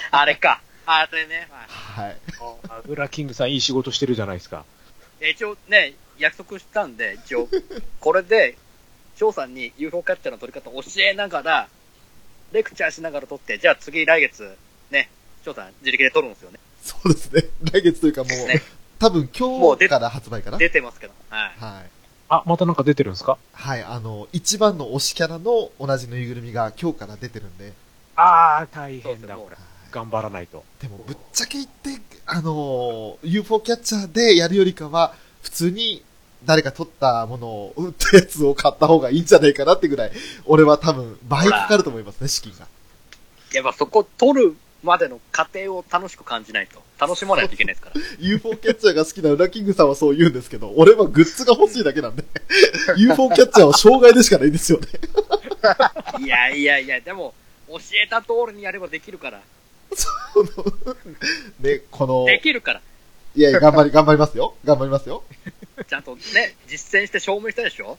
[SPEAKER 2] あれか。あれね。はい
[SPEAKER 3] はい。
[SPEAKER 5] アブラキングさんいい仕事してるじゃないですか。
[SPEAKER 2] え一応ね、約束したんで、一応、これで、翔さんに UFO キャッチャーの撮り方を教えながら、レクチャーしながら撮って、じゃあ次来月、ね、翔さん自力で撮るんですよね。
[SPEAKER 3] そうですね。来月というかもう、
[SPEAKER 2] ね
[SPEAKER 3] 多分今
[SPEAKER 2] もう出
[SPEAKER 3] 日
[SPEAKER 2] て
[SPEAKER 3] から発売かな。
[SPEAKER 2] 出てますけど。はい。
[SPEAKER 3] はい。
[SPEAKER 5] あ、またなんか出てるんですか
[SPEAKER 3] はい、あの、一番の推しキャラの同じぬいぐるみが今日から出てるんで、
[SPEAKER 5] ああ、大
[SPEAKER 2] そうで
[SPEAKER 5] 変
[SPEAKER 2] す
[SPEAKER 5] だ、
[SPEAKER 2] ねもう
[SPEAKER 5] これ。頑張らないと。
[SPEAKER 3] でもぶっちゃけ言って、あのー、UFO キャッチャーでやるよりかは、普通に誰か取ったものを、売ったやつを買った方がいいんじゃないかなってぐらい、俺は多分倍かかると思いますね、資金が。
[SPEAKER 2] やっぱそこ撮るまでの過程を楽しく感じないと。楽しまないといけないですから。
[SPEAKER 3] UFO キャッチャーが好きなウラキングさんはそう言うんですけど、俺はグッズが欲しいだけなんで、UFO キャッチャーは障害でしかないんですよね。
[SPEAKER 2] いやいやいや、でも、教えた通りにやればできるから。
[SPEAKER 3] このね、この、
[SPEAKER 2] できるから。
[SPEAKER 3] いやいや、頑張り、頑張りますよ。頑張りますよ。
[SPEAKER 2] ちゃんとね、実践して証明したでしょ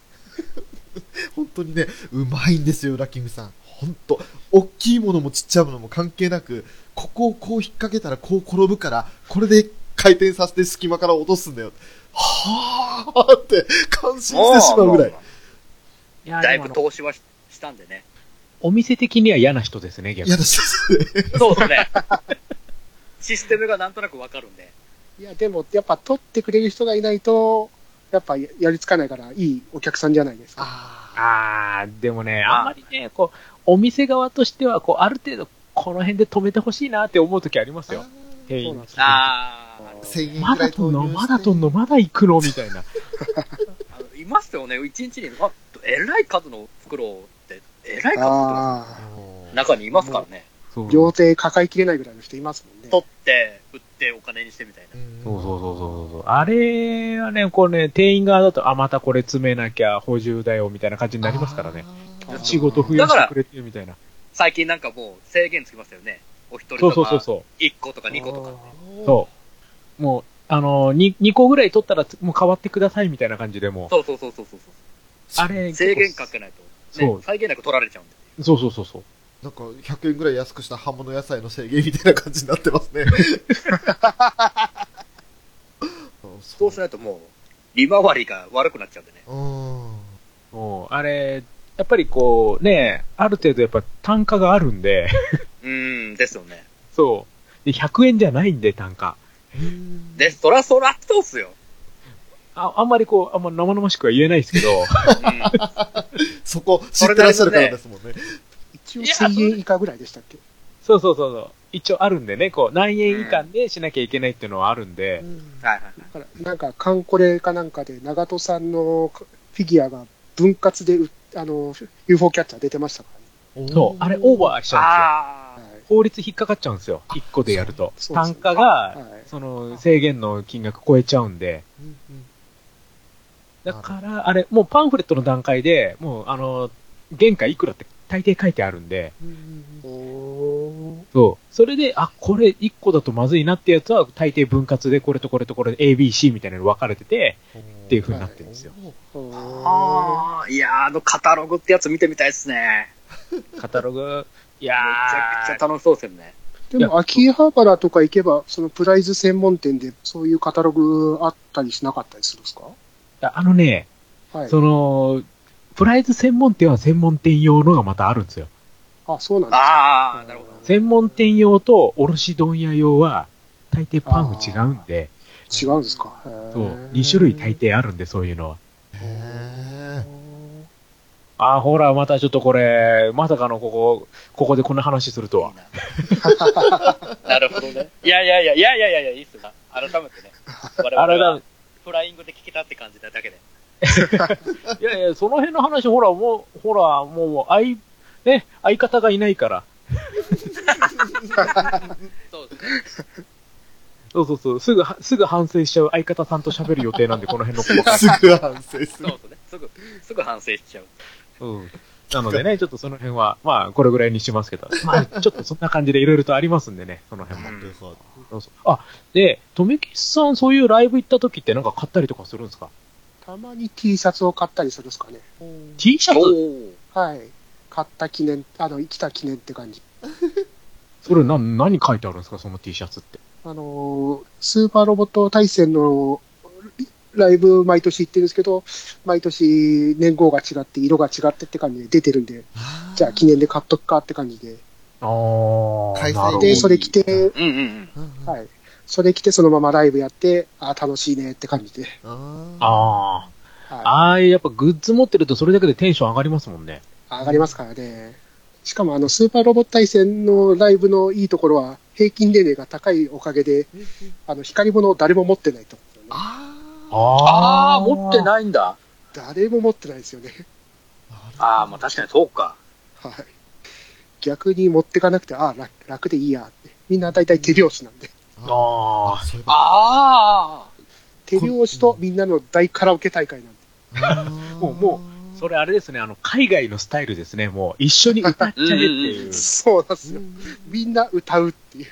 [SPEAKER 3] 本当にね、うまいんですよ、ウラキングさん。本当大きいものもちっちゃいものも関係なく、ここをこう引っ掛けたらこう転ぶから、これで回転させて隙間から落とすんだよ。はぁーって、感心してしまうぐらい。
[SPEAKER 5] いや
[SPEAKER 2] だ
[SPEAKER 5] で
[SPEAKER 2] い
[SPEAKER 5] もあ
[SPEAKER 2] ぶ
[SPEAKER 5] の
[SPEAKER 2] 投資はししたんでね。
[SPEAKER 5] お店的には嫌な人ですね、逆
[SPEAKER 3] いや、
[SPEAKER 5] に。
[SPEAKER 3] 私ですね。
[SPEAKER 2] そうですね。システムがなんとなくわかるんで。
[SPEAKER 4] いや、でも、やっぱ取ってくれる人がいないと、やっぱややりつかないから、いいお客さんじゃないですか。
[SPEAKER 3] あ
[SPEAKER 5] あー、でもね、
[SPEAKER 2] あー
[SPEAKER 5] あんまりね、こう、お店側としては、こう、ある程度、この辺で止めてほしいなって思うときありますよ。
[SPEAKER 3] ー。
[SPEAKER 5] 店員
[SPEAKER 4] そうなんです
[SPEAKER 2] あー
[SPEAKER 3] 1000円
[SPEAKER 5] ま
[SPEAKER 3] くら
[SPEAKER 5] だ
[SPEAKER 3] い
[SPEAKER 5] とん
[SPEAKER 3] 投
[SPEAKER 5] の
[SPEAKER 3] 入
[SPEAKER 5] まだ
[SPEAKER 3] し
[SPEAKER 5] と
[SPEAKER 3] て
[SPEAKER 5] んのまだ行くのみたいな。
[SPEAKER 2] あの、いますよね。一日に、あ、えらい数の袋って、えらい数の
[SPEAKER 4] あ
[SPEAKER 2] 中にいますからね。
[SPEAKER 5] そう
[SPEAKER 4] あ、
[SPEAKER 5] そ
[SPEAKER 4] 両
[SPEAKER 5] う
[SPEAKER 4] 手抱えきれないぐらいの人いますもんね。
[SPEAKER 2] 取って、売って、お金にしてみたいな。
[SPEAKER 3] うん
[SPEAKER 5] そうそうそうそうそう。あれはね、こうね、店員側だと、あ、またこれ詰めなきゃ補充だよ、みたいな感じになりますからね。
[SPEAKER 3] あー。
[SPEAKER 5] 仕事増やしてくれてるみたいな。
[SPEAKER 2] 最近なんかもう制限つきますよね。お一人
[SPEAKER 5] そ
[SPEAKER 2] と
[SPEAKER 5] う
[SPEAKER 2] か、
[SPEAKER 5] そうそうそ
[SPEAKER 2] 1個とか2個とか。
[SPEAKER 5] う。そう。もう、あのー、に2個ぐらい取ったら、もう変わってくださいみたいな感じでも
[SPEAKER 2] そうそうそうそうそう
[SPEAKER 5] う、あれ、
[SPEAKER 2] 制限かけないと。
[SPEAKER 5] そ
[SPEAKER 2] ね
[SPEAKER 5] う、
[SPEAKER 2] 再現なく取られちゃうんで。
[SPEAKER 5] そうそうそうそう。
[SPEAKER 3] なんか100円ぐらい安くした葉物野菜の制限みたいな感じになってます ね。
[SPEAKER 2] そうしないともう、利回りが悪くなっちゃうんでね。
[SPEAKER 3] うん。
[SPEAKER 5] もう、あれ、やっぱりこう、ね、ある程度やっぱ単価があるんで、
[SPEAKER 2] うーん、ですよね。
[SPEAKER 5] そう。で、100円じゃないんで、単価。
[SPEAKER 2] で、そらそらそうっすよ。
[SPEAKER 5] ああんまりこう、あんま生々しくは言えないですけど、
[SPEAKER 2] うん。
[SPEAKER 3] そこ知ってらっしゃるからですもんね。
[SPEAKER 4] 一応
[SPEAKER 2] いや
[SPEAKER 4] 1000円以下ぐらいでしたっけ
[SPEAKER 5] そうそうそうそう。一応あるんでね、こう、何円以下でしなきゃいけないっていうのはあるんで、
[SPEAKER 2] はいはいはい。
[SPEAKER 4] だからなんか、カンコレかなんかで、長門さんのフィギュアが分割でう、あの、UFO キャッチャー出てましたか
[SPEAKER 5] そう、あれオーバーしちゃうんで
[SPEAKER 2] あ
[SPEAKER 4] らね。
[SPEAKER 5] すよ。法律引っかかっちゃうんですよ。一個でやると。
[SPEAKER 4] そうそう
[SPEAKER 5] 単
[SPEAKER 4] です
[SPEAKER 5] 価
[SPEAKER 4] はい。
[SPEAKER 5] が、
[SPEAKER 4] はい
[SPEAKER 5] その制限の金額超えちゃうんで。
[SPEAKER 3] うんうん
[SPEAKER 5] だから、あれ、もうパンフレットの段階で、もう、あの、原価いくらって大抵書いてあるんで、
[SPEAKER 4] おー
[SPEAKER 5] そう。それで、あ、これ1個だとまずいなってやつは、大抵分割で、これとこれとこれ、A、B、C みたいなの分かれてて、っていう風になってるんですよ。
[SPEAKER 4] お
[SPEAKER 2] あ。
[SPEAKER 4] ー
[SPEAKER 2] ああ、いやー、あのカタログってやつ見てみたいっすね。
[SPEAKER 5] カタログ、い
[SPEAKER 2] め
[SPEAKER 5] や
[SPEAKER 2] ち
[SPEAKER 5] ー
[SPEAKER 2] ゃくちゃ楽しそうですよね。
[SPEAKER 4] でも、秋葉原とか行けば、そのプライズ専門店で、そういうカタログあったりしなかったりするんですか
[SPEAKER 5] あのね、
[SPEAKER 4] はい。
[SPEAKER 5] その、プライズ専門店は専門店用のがまたあるんですよ。
[SPEAKER 4] あ、そうなんですか。
[SPEAKER 2] ああ、なるほ ど。
[SPEAKER 5] 専門店用と卸問屋用は、大抵パンフ違うんで、
[SPEAKER 4] 違うんですか。
[SPEAKER 5] そう、2種類大抵あるんで、そういうのは。
[SPEAKER 3] へ
[SPEAKER 5] あー、ほら、またちょっとこれ、まさかのここ、ここでこんな話すると
[SPEAKER 2] い。
[SPEAKER 5] はい
[SPEAKER 2] ななるほどね。いやいやいや、いやいやいやいや、いいっすな。改めてね。我々
[SPEAKER 5] あれ
[SPEAKER 2] は
[SPEAKER 5] だ、
[SPEAKER 2] フライングで聞けたって感じなだけで。
[SPEAKER 5] いやいや、その辺の話、ほら、もう、ほら、もう、相、ね、相方がいないから。
[SPEAKER 2] そうですね。
[SPEAKER 5] そうそうそう、すぐ、すぐ反省しちゃう相方さんと喋る予定なんで、この辺の細
[SPEAKER 3] ー
[SPEAKER 5] かい。
[SPEAKER 3] すぐ反省す
[SPEAKER 2] そう
[SPEAKER 3] る。
[SPEAKER 2] ですね。すぐ、すぐ反省しちゃう。
[SPEAKER 5] うん。なのでね、ちょっとその辺は、まあ、これぐらいにしますけど、まあ、ちょっとそんな感じでいろいろとありますんでね、その辺も。
[SPEAKER 2] うん
[SPEAKER 5] そうそうあ、で、とめきちさん、そういうライブ行った時ってなんか買ったりとかするんですか
[SPEAKER 4] たまに T シャツを買ったりするんですかね。
[SPEAKER 5] ?T シャツ
[SPEAKER 2] お
[SPEAKER 4] はい。買った記念、あの、生きた記念って感じ。
[SPEAKER 5] それな、何書いてあるんですかその T シャツって。
[SPEAKER 4] あのースーパーロボット対戦のライブ毎年行ってるんですけど、毎年年号が違って、色が違ってって感じで出てるんで、じゃあ記念で買っとくかって感じで。
[SPEAKER 5] あー
[SPEAKER 3] 開催
[SPEAKER 5] なるほど
[SPEAKER 4] で、それ着て、
[SPEAKER 2] うんうんうん。
[SPEAKER 3] うん
[SPEAKER 4] はい。それ着てそのままライブやって、あー楽しいねって感じで。
[SPEAKER 3] あ
[SPEAKER 5] あ
[SPEAKER 4] はい
[SPEAKER 5] あ。ああいう、やっぱグッズ持ってるとそれだけでテンション上がりますもんね。
[SPEAKER 4] 上がりますからね。しかもあの、スーパーロボット対戦のライブのいいところは、平均年齢が高いおかげで、あの、光り物を誰も持ってないと。
[SPEAKER 3] あ
[SPEAKER 5] あい。
[SPEAKER 2] いんだ。
[SPEAKER 4] 誰も持ってないですよね。
[SPEAKER 2] ああ、まあ確かにそうか。
[SPEAKER 4] はい。逆に持ってかなくて、ああ、楽楽でいいやって。みんな大体手拍子なんで。
[SPEAKER 5] ああ。
[SPEAKER 3] そういえば
[SPEAKER 2] あ
[SPEAKER 4] 手拍子とみんなの大カラオケ大会なんで。
[SPEAKER 3] あー
[SPEAKER 5] もうもそれあれですね、あの、海外のスタイルですね、もう。一緒に歌っちゃえって
[SPEAKER 2] うんうん
[SPEAKER 5] いうう。
[SPEAKER 4] そうなんです
[SPEAKER 3] う
[SPEAKER 4] よ。
[SPEAKER 3] ん
[SPEAKER 4] みんな歌うっていう。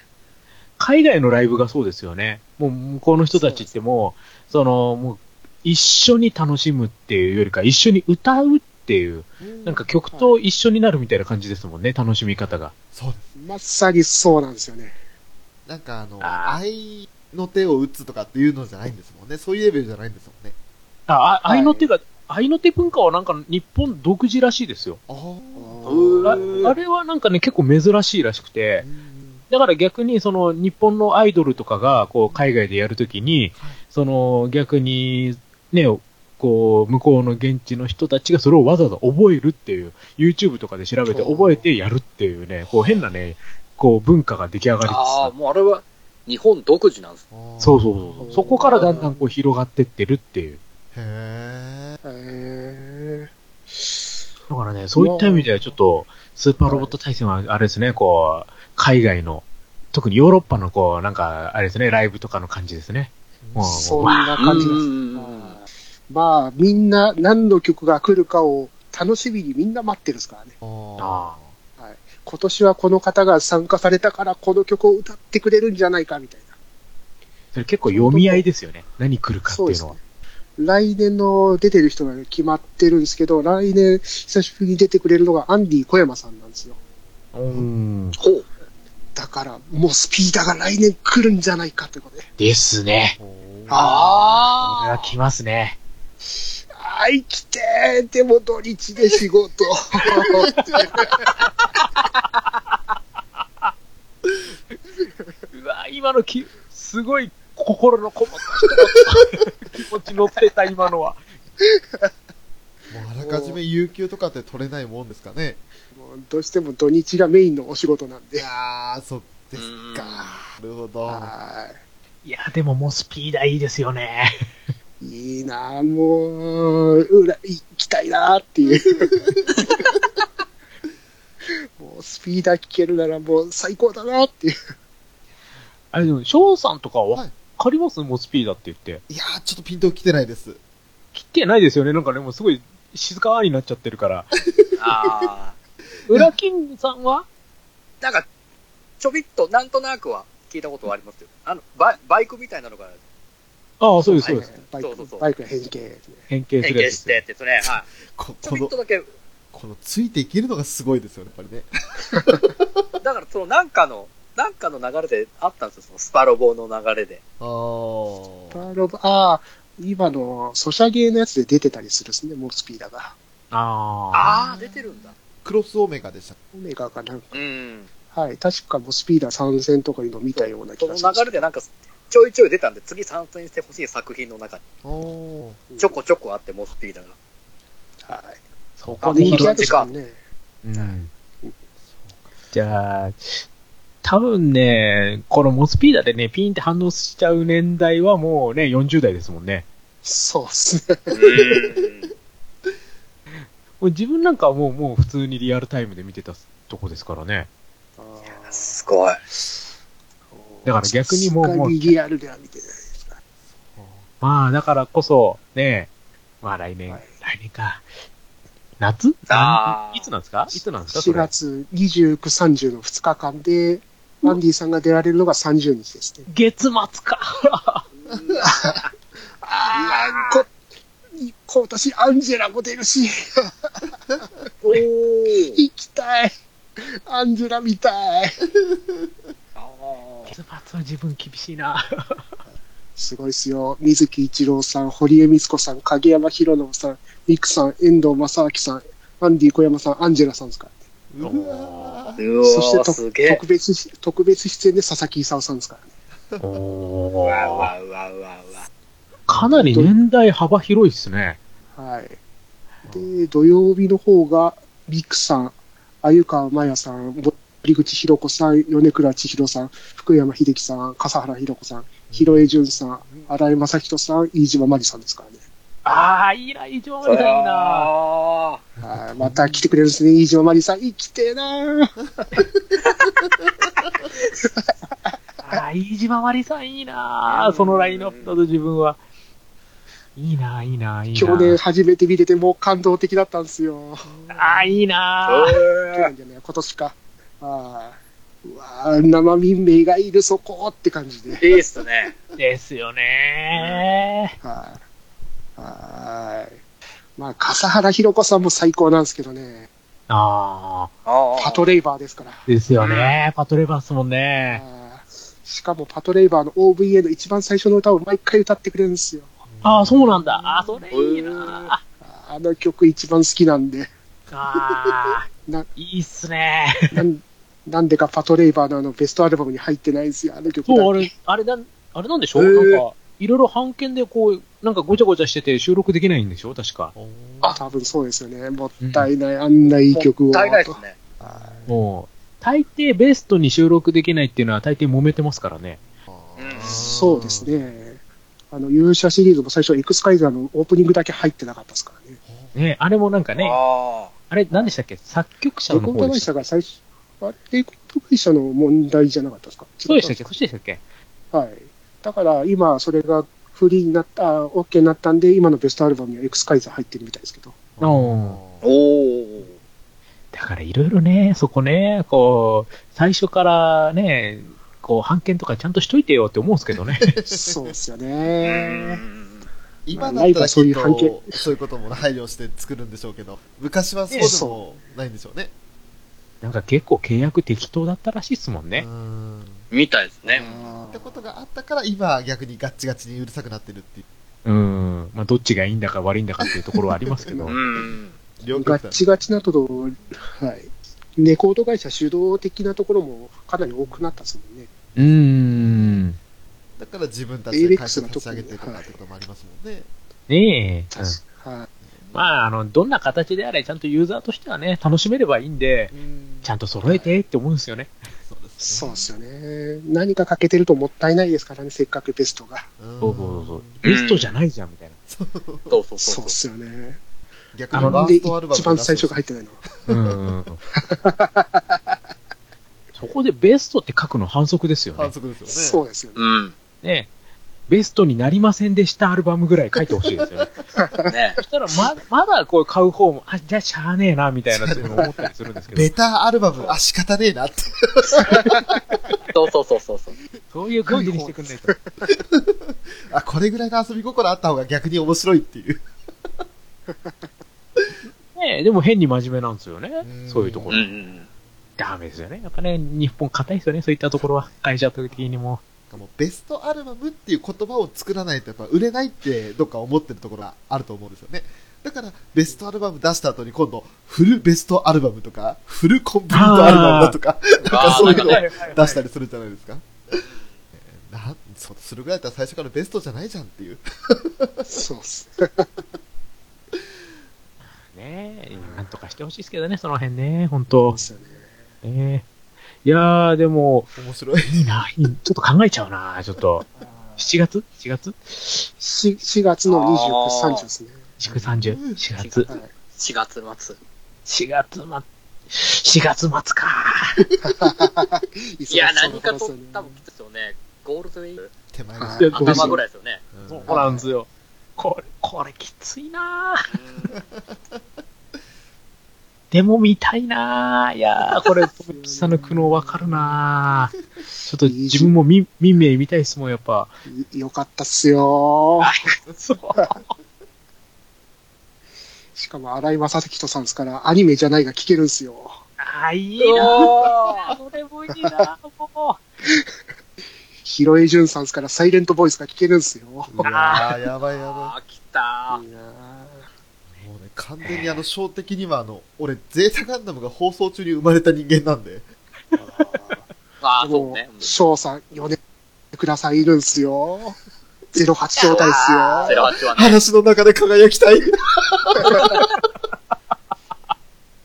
[SPEAKER 5] 海外のライブがそうですよね。もう向こうの人たちってもう、その、もう、一緒に楽しむっていうよりか、一緒に歌うっていう、なんか曲と一緒になるみたいな感じですもんね、楽しみ方が。
[SPEAKER 3] そうです。
[SPEAKER 4] まさにそうなんですよね。
[SPEAKER 3] なんかあの、
[SPEAKER 5] あ
[SPEAKER 3] 愛の手を打つとかっていうのじゃないんですもんね。そういうレベルじゃないんですもんね。
[SPEAKER 5] あ、あ
[SPEAKER 4] はい
[SPEAKER 5] 愛の手が、愛の手文化はなんか日本独自らしいですよ。
[SPEAKER 3] あ
[SPEAKER 2] う
[SPEAKER 5] あ
[SPEAKER 2] ーん
[SPEAKER 5] あれはなんかね、結構珍しいらしくて
[SPEAKER 3] あ。、
[SPEAKER 5] だから逆にその日本のアイドルとかがこう海外でやるときに、その逆にね、こう向こうの現地の人たちがそれをわざわざ覚えるっていう、YouTube とかで調べて
[SPEAKER 4] そう
[SPEAKER 5] 覚えてやるっていうね、こう変なね、こう文化が出来上が
[SPEAKER 2] あ。
[SPEAKER 5] りつつ
[SPEAKER 2] あ
[SPEAKER 5] あ
[SPEAKER 2] あ、
[SPEAKER 5] る
[SPEAKER 2] もうあれは日本独自なんです。
[SPEAKER 5] そう
[SPEAKER 3] う。
[SPEAKER 5] そうそうそう。そこからだんだんこう広がってってるっていう。
[SPEAKER 3] へ
[SPEAKER 4] へー
[SPEAKER 5] だからね、そういった意味ではちょっと、スーパーロボット対戦はあれですね、こう、海外の、特にヨーロッパのこう、なんか、あれですね、ライブとかの感じですね。もう
[SPEAKER 4] そんな感じです。
[SPEAKER 2] うん
[SPEAKER 4] まあ、みんな何の曲が来るかを楽しみにみんな待ってるんですからね。
[SPEAKER 5] あ
[SPEAKER 3] あ
[SPEAKER 5] あ。
[SPEAKER 4] 今年はこの方が参加されたからこの曲を歌ってくれるんじゃないかみたいな。
[SPEAKER 5] それ結構読み合いですよね。何来るかっていうのは。
[SPEAKER 4] 来年の出てる人が決まってるんですけど、来年久しぶりに出てくれるのがアンディ小山さんなんですよ。
[SPEAKER 5] うーん。
[SPEAKER 2] ほう。
[SPEAKER 4] だから、もうスピーダーが来年来るんじゃないかということで。
[SPEAKER 5] ですね。これは
[SPEAKER 2] あ
[SPEAKER 5] 来ますね。
[SPEAKER 4] あー、生きてーでも土日で仕事。
[SPEAKER 5] うわ、今のき、すごい心のこもった人気持ち乗ってた、今のは。
[SPEAKER 3] もうあらかじめ有給とかって取れないもんですかね。
[SPEAKER 4] もうどうしても土日がメインのお仕事なん
[SPEAKER 3] い
[SPEAKER 4] で。
[SPEAKER 3] やー、そっですか。なるほど。
[SPEAKER 4] はい
[SPEAKER 5] や、でももうスピーダーいいですよね。
[SPEAKER 4] い。いいなーもう、うら、行きたいなーっていう。 もうスピーダー聞けるならもう最高だなーっていう。
[SPEAKER 5] あれでも、翔さんとかは
[SPEAKER 3] は
[SPEAKER 5] わ
[SPEAKER 3] い
[SPEAKER 5] かります、もうスピーダーって言って。
[SPEAKER 3] いやー、ちょっとピンと来てないです。
[SPEAKER 5] 切ってないですよね。なんかね、もうすごい静かになっちゃってる から。
[SPEAKER 2] あ。ああ。
[SPEAKER 5] 裏金さんは
[SPEAKER 2] なんか、ちょびっと、なんとなくは聞いたことはありますよ。あの、バイバイクみたいなのが
[SPEAKER 5] ああ、そうです、そうです。
[SPEAKER 4] バイ
[SPEAKER 2] そうそうそ
[SPEAKER 4] ク、
[SPEAKER 2] う
[SPEAKER 4] バイクの変形ですね。
[SPEAKER 5] 変形す
[SPEAKER 2] 変
[SPEAKER 5] るや
[SPEAKER 2] 形
[SPEAKER 5] つ
[SPEAKER 2] し
[SPEAKER 5] で
[SPEAKER 2] てって
[SPEAKER 5] すね。
[SPEAKER 2] ですね。はい。
[SPEAKER 3] こ
[SPEAKER 2] ちょ
[SPEAKER 3] こ
[SPEAKER 2] びっ
[SPEAKER 3] の
[SPEAKER 2] と、だけ、
[SPEAKER 3] このついていけるのがすごいですよね、やっぱりね。
[SPEAKER 2] だからそのなんかの、なんかの流れであったんですよ。そのスパロボの流れで。
[SPEAKER 3] あ
[SPEAKER 4] パ
[SPEAKER 3] ー。
[SPEAKER 4] ーロブ、ああ、今の、ソシャゲのやつで出てたりするですね、もうスピーダーが。
[SPEAKER 5] ああ。
[SPEAKER 2] ああ、出てるんだ。
[SPEAKER 3] クロスオメガでした。
[SPEAKER 4] オメガかなんか。
[SPEAKER 2] うん。
[SPEAKER 4] はい、確かもうスピーダー参戦とかいうのを見たような気
[SPEAKER 2] そ
[SPEAKER 4] が
[SPEAKER 2] の
[SPEAKER 4] します
[SPEAKER 2] 流れでなんか、ちょいちょい出たんで、次参戦してほしい作品の中に、
[SPEAKER 3] おー。
[SPEAKER 2] ちょこちょこあって、モスピーダーが。
[SPEAKER 4] はい。
[SPEAKER 5] そ
[SPEAKER 4] あ、
[SPEAKER 5] こで
[SPEAKER 4] 人気
[SPEAKER 5] 広
[SPEAKER 4] あ
[SPEAKER 5] が
[SPEAKER 4] るですもんね。
[SPEAKER 5] うんじゃあ、多分ね、このモスピーダーでね、ピンって反応しちゃう年代はもうね、40代ですもんね。
[SPEAKER 4] そうっすね。
[SPEAKER 2] うん。
[SPEAKER 5] もう自分なんかはもう、もう普通にリアルタイムで見てたとこですからね。
[SPEAKER 4] あー
[SPEAKER 2] すごい。
[SPEAKER 5] だから逆にもう
[SPEAKER 4] さすがにリアルでは見てないですか。
[SPEAKER 5] まあ、だからこそ、ね、まあ来年、
[SPEAKER 4] はい
[SPEAKER 5] 来年か。夏
[SPEAKER 2] あー
[SPEAKER 5] いつなんですかいつなんですかそ
[SPEAKER 4] 4
[SPEAKER 5] れ。
[SPEAKER 4] 月29、30の2日間で、アンディさんが出られるのが30日ですね。
[SPEAKER 5] 月末か。
[SPEAKER 4] ああ、こ、今年アンジェラも出るし、
[SPEAKER 2] おー。
[SPEAKER 4] 行きたい。アンジェラ見たい。
[SPEAKER 2] あー
[SPEAKER 5] 月末は自分厳しいな。
[SPEAKER 4] すごいですよ。水木一郎さん、堀江光子さん、影山博信さん、ミクさん、遠藤正明さん、アンディ小山さん、アンジェラさんですか。
[SPEAKER 3] うわー。
[SPEAKER 2] う
[SPEAKER 4] そし
[SPEAKER 2] お
[SPEAKER 4] て
[SPEAKER 2] ー、
[SPEAKER 4] と
[SPEAKER 2] すげえ。
[SPEAKER 4] 特別し、特別出演で佐々木勲さんですからね。
[SPEAKER 5] お
[SPEAKER 2] うわうわうわうわうわ。
[SPEAKER 5] かなり年代幅広いですね。
[SPEAKER 4] はい。で、土曜日の方が、ミクさん、鮎川真也さん、森口博子さん、米倉千尋さん、福山秀樹さん、笠原弘子さん、広江淳さん、荒井正人さん、飯島真理さんですからね。
[SPEAKER 5] ああ、いいな、以上みたいな。
[SPEAKER 2] あ
[SPEAKER 4] はい。また来てくれるんですね、飯島真理さん。生きてえなぁ
[SPEAKER 5] じ回りさんいいな
[SPEAKER 2] う
[SPEAKER 5] ぁ
[SPEAKER 2] ん
[SPEAKER 5] そのラインナップだと自分は。いいなぁいいなぁいいな
[SPEAKER 4] 去年
[SPEAKER 5] ぁ
[SPEAKER 4] 初めて見れてもう感動的だったんですよ。
[SPEAKER 5] ああ、いいなぁ
[SPEAKER 4] 去年じゃない、今年か。ああ。うわあ、生民名がいるそこって感じで。
[SPEAKER 2] いいっすね。
[SPEAKER 5] ですよね
[SPEAKER 4] はい。はい。まあ、笠原弘子さんも最高なんですけどね。
[SPEAKER 5] ーあ
[SPEAKER 2] あ
[SPEAKER 4] パトレイバーですから。
[SPEAKER 5] あ。ですよねパトレバーっすもんね
[SPEAKER 4] あーしかもパトレイバーの OVA の一番最初の歌を毎回歌ってくれるんですよ。
[SPEAKER 5] ああ、そうなんだ。ああ、それいいなぁ
[SPEAKER 4] あーあの曲一番好きな んで。
[SPEAKER 5] ああ
[SPEAKER 4] ない
[SPEAKER 5] いっすね
[SPEAKER 4] なんなんでかパトレイバーのあのベストアルバムに入ってないんですよ、あの曲だけ
[SPEAKER 5] そう、あれ、あれなん、あれなんでしょ、
[SPEAKER 2] へー
[SPEAKER 5] なんか、いろいろ版権でこう、なんかごちゃごちゃしてて収録できないんでしょ確か。
[SPEAKER 3] あ
[SPEAKER 4] 多分そうですよね。もったいない、あんないい曲を。
[SPEAKER 2] もったいないですね。
[SPEAKER 5] もう、大抵ベストに収録できないっていうのは大抵揉めてますからね。
[SPEAKER 2] うん
[SPEAKER 4] そうです。ね。あの、勇者シリーズも最初、エクスカイザーのオープニングだけ入ってなかったですからね。
[SPEAKER 5] ね、あれもなんかね、あ
[SPEAKER 2] あ
[SPEAKER 5] れ、何でしたっけ作曲者
[SPEAKER 4] レ
[SPEAKER 5] の
[SPEAKER 4] コー
[SPEAKER 5] 方
[SPEAKER 4] ド
[SPEAKER 5] で
[SPEAKER 4] 会
[SPEAKER 5] した
[SPEAKER 4] 社が最初、あれ、レコード会社の問題じゃなかったですか
[SPEAKER 5] そうでしたっけ
[SPEAKER 4] 違
[SPEAKER 5] そっちでしたっけ
[SPEAKER 4] たはい。だから、今、それがフリーになった、あ OK になったんで、今のベストアルバムにはエクスカイザー入ってるみたいですけど。
[SPEAKER 5] あー
[SPEAKER 2] あ。おお。
[SPEAKER 5] だからいろいろね、そこね、こう、最初からね、こう、版権とかちゃんとしといてよって思うんですけ どね。
[SPEAKER 4] そうですよ
[SPEAKER 2] う
[SPEAKER 4] ね。
[SPEAKER 2] ん
[SPEAKER 3] 今だったらそういう
[SPEAKER 4] ないからそういう
[SPEAKER 3] とそういうことも配慮して作るんでしょうけど、昔はそうでもないんでしょうね。
[SPEAKER 5] なんか結構契約適当だったらしいっすもんね
[SPEAKER 3] う。ん
[SPEAKER 2] みたいですね。
[SPEAKER 4] あ
[SPEAKER 3] って
[SPEAKER 4] ー
[SPEAKER 3] ことがあったから、今逆にガッチガチにうるさくなってるっていう。
[SPEAKER 5] うん。まあ、どっちがいいんだか悪いんだかっていうところはありますけど。
[SPEAKER 2] うん。
[SPEAKER 3] 両極
[SPEAKER 4] ガッ
[SPEAKER 3] 端
[SPEAKER 4] チガチなところ、はい。レコード会社主導的なところもかなり多くなったですもんね。
[SPEAKER 5] うーん。
[SPEAKER 3] だから自分たちで会社立ち上げてとかってこともありますもんね。
[SPEAKER 5] ねえ。
[SPEAKER 4] 確かはい。
[SPEAKER 5] まあ、あの、どんな形であれ、ちゃんとユーザーとしてはね、楽しめればいいんで、ちゃんと揃えてって思うんですよね。
[SPEAKER 3] そうですね。
[SPEAKER 4] そうですよね。何か欠けてるともったいないですからね、せっかくベストが。
[SPEAKER 3] うん
[SPEAKER 5] そうそうそう。ベストじゃないじゃん、みたい
[SPEAKER 2] そうそう
[SPEAKER 4] そう
[SPEAKER 2] そう
[SPEAKER 4] っすよね。
[SPEAKER 3] 逆
[SPEAKER 5] あ
[SPEAKER 3] に
[SPEAKER 5] の
[SPEAKER 3] ワ
[SPEAKER 4] な
[SPEAKER 3] ー
[SPEAKER 4] んで
[SPEAKER 3] ストアルバム
[SPEAKER 4] 一番最初が入
[SPEAKER 3] っ
[SPEAKER 4] ってないの
[SPEAKER 5] な。うん。そこでベストって書くの反則ですよ
[SPEAKER 3] 反
[SPEAKER 5] ね。
[SPEAKER 3] 則ですよね。
[SPEAKER 4] そうですよね。
[SPEAKER 2] うん。
[SPEAKER 5] ねベストになりませんでしたアルバムぐらい書いてほしいですよね。
[SPEAKER 2] ね
[SPEAKER 5] そ。したらま、まだこう買う方も、あ、じゃあしゃあねえな、みたいなっていうのを思ったりするんです け
[SPEAKER 3] ベ
[SPEAKER 5] ど、
[SPEAKER 3] ターアルバム、あ、仕方ねえなって。
[SPEAKER 2] そうそうそうそうそう。
[SPEAKER 5] そういう感じにしてくんないと。
[SPEAKER 3] あ、これぐらいの遊び心あった方が逆に面白いっていう。
[SPEAKER 5] ねえでも変に真面目なんですよね
[SPEAKER 3] う。ん
[SPEAKER 5] そういうとこ
[SPEAKER 2] うんう。
[SPEAKER 5] ろ
[SPEAKER 2] ん
[SPEAKER 5] ダメですよね。やっぱね、日本硬いですよね。そういったところは。会社的にも。
[SPEAKER 3] もうベストアルバムっていう言葉を作らないとやっぱ売れないってどっか思ってるところがあると思うんですよね。だからベストアルバム出した後に今度フルベストアルバムとかフルコンプリートアルバムだとか
[SPEAKER 2] うん。あ
[SPEAKER 3] そう
[SPEAKER 2] あ、
[SPEAKER 3] い
[SPEAKER 2] な
[SPEAKER 3] うんの
[SPEAKER 2] か
[SPEAKER 3] を
[SPEAKER 2] ね。
[SPEAKER 3] 出したりするじゃないですか。えーなんそするぐらいだったら最初からベストじゃないじゃんっていう。
[SPEAKER 4] そうっす。
[SPEAKER 5] ねえ、なんとかしてほしいですけどね、その辺ね、本当
[SPEAKER 4] そうっすよね。
[SPEAKER 5] ねえいやー、でも、
[SPEAKER 3] 面白い。
[SPEAKER 5] いいな、いいちょっと考えちゃうな、ちょっと。7月 ?7 月
[SPEAKER 4] し 4, 月の
[SPEAKER 2] あ
[SPEAKER 4] 29、
[SPEAKER 2] ー
[SPEAKER 4] 30ですね。
[SPEAKER 5] ?4 30? 4月
[SPEAKER 4] はい。
[SPEAKER 2] 4月末。
[SPEAKER 5] ?4 月ま、4月末か。
[SPEAKER 2] いや、
[SPEAKER 4] 忙しそうな
[SPEAKER 2] 何か
[SPEAKER 4] 頃っす
[SPEAKER 2] と
[SPEAKER 4] よね、
[SPEAKER 2] 多分きついですよね。ゴールドウィーク
[SPEAKER 3] 手前です
[SPEAKER 4] いや
[SPEAKER 5] そうです
[SPEAKER 2] 頭ぐらいですよね。
[SPEAKER 3] うん
[SPEAKER 5] そうなんですよ。これ、これきついなでも見たいないやー、これ、トメキさんの苦悩わかるなちょっと自分もみ民名見たいっすもん、やっぱ。
[SPEAKER 4] いよかったっすよー。
[SPEAKER 5] そう。
[SPEAKER 4] しかも、荒井正人さんですから、アニメじゃないが聞けるんすよ。
[SPEAKER 5] あー、いいな
[SPEAKER 2] おー
[SPEAKER 5] あそれもいいなも
[SPEAKER 4] ひろえじゅんさんですから、サイレントボイスが聞けるんすよ。
[SPEAKER 3] うわーやばいやば
[SPEAKER 2] あー、来た
[SPEAKER 4] いいなー
[SPEAKER 3] い。もうね、完全にあの、小的にはあの、俺、ゼータガンダムが放送中に生まれた人間なんで。
[SPEAKER 2] あー、
[SPEAKER 4] で
[SPEAKER 2] そう
[SPEAKER 4] も
[SPEAKER 2] ね。
[SPEAKER 4] 翔さん、4年くださいいるんすよ。08招待っす
[SPEAKER 2] あーゼ
[SPEAKER 4] よ。
[SPEAKER 2] ロ八はね。
[SPEAKER 3] 話の中で輝きたい。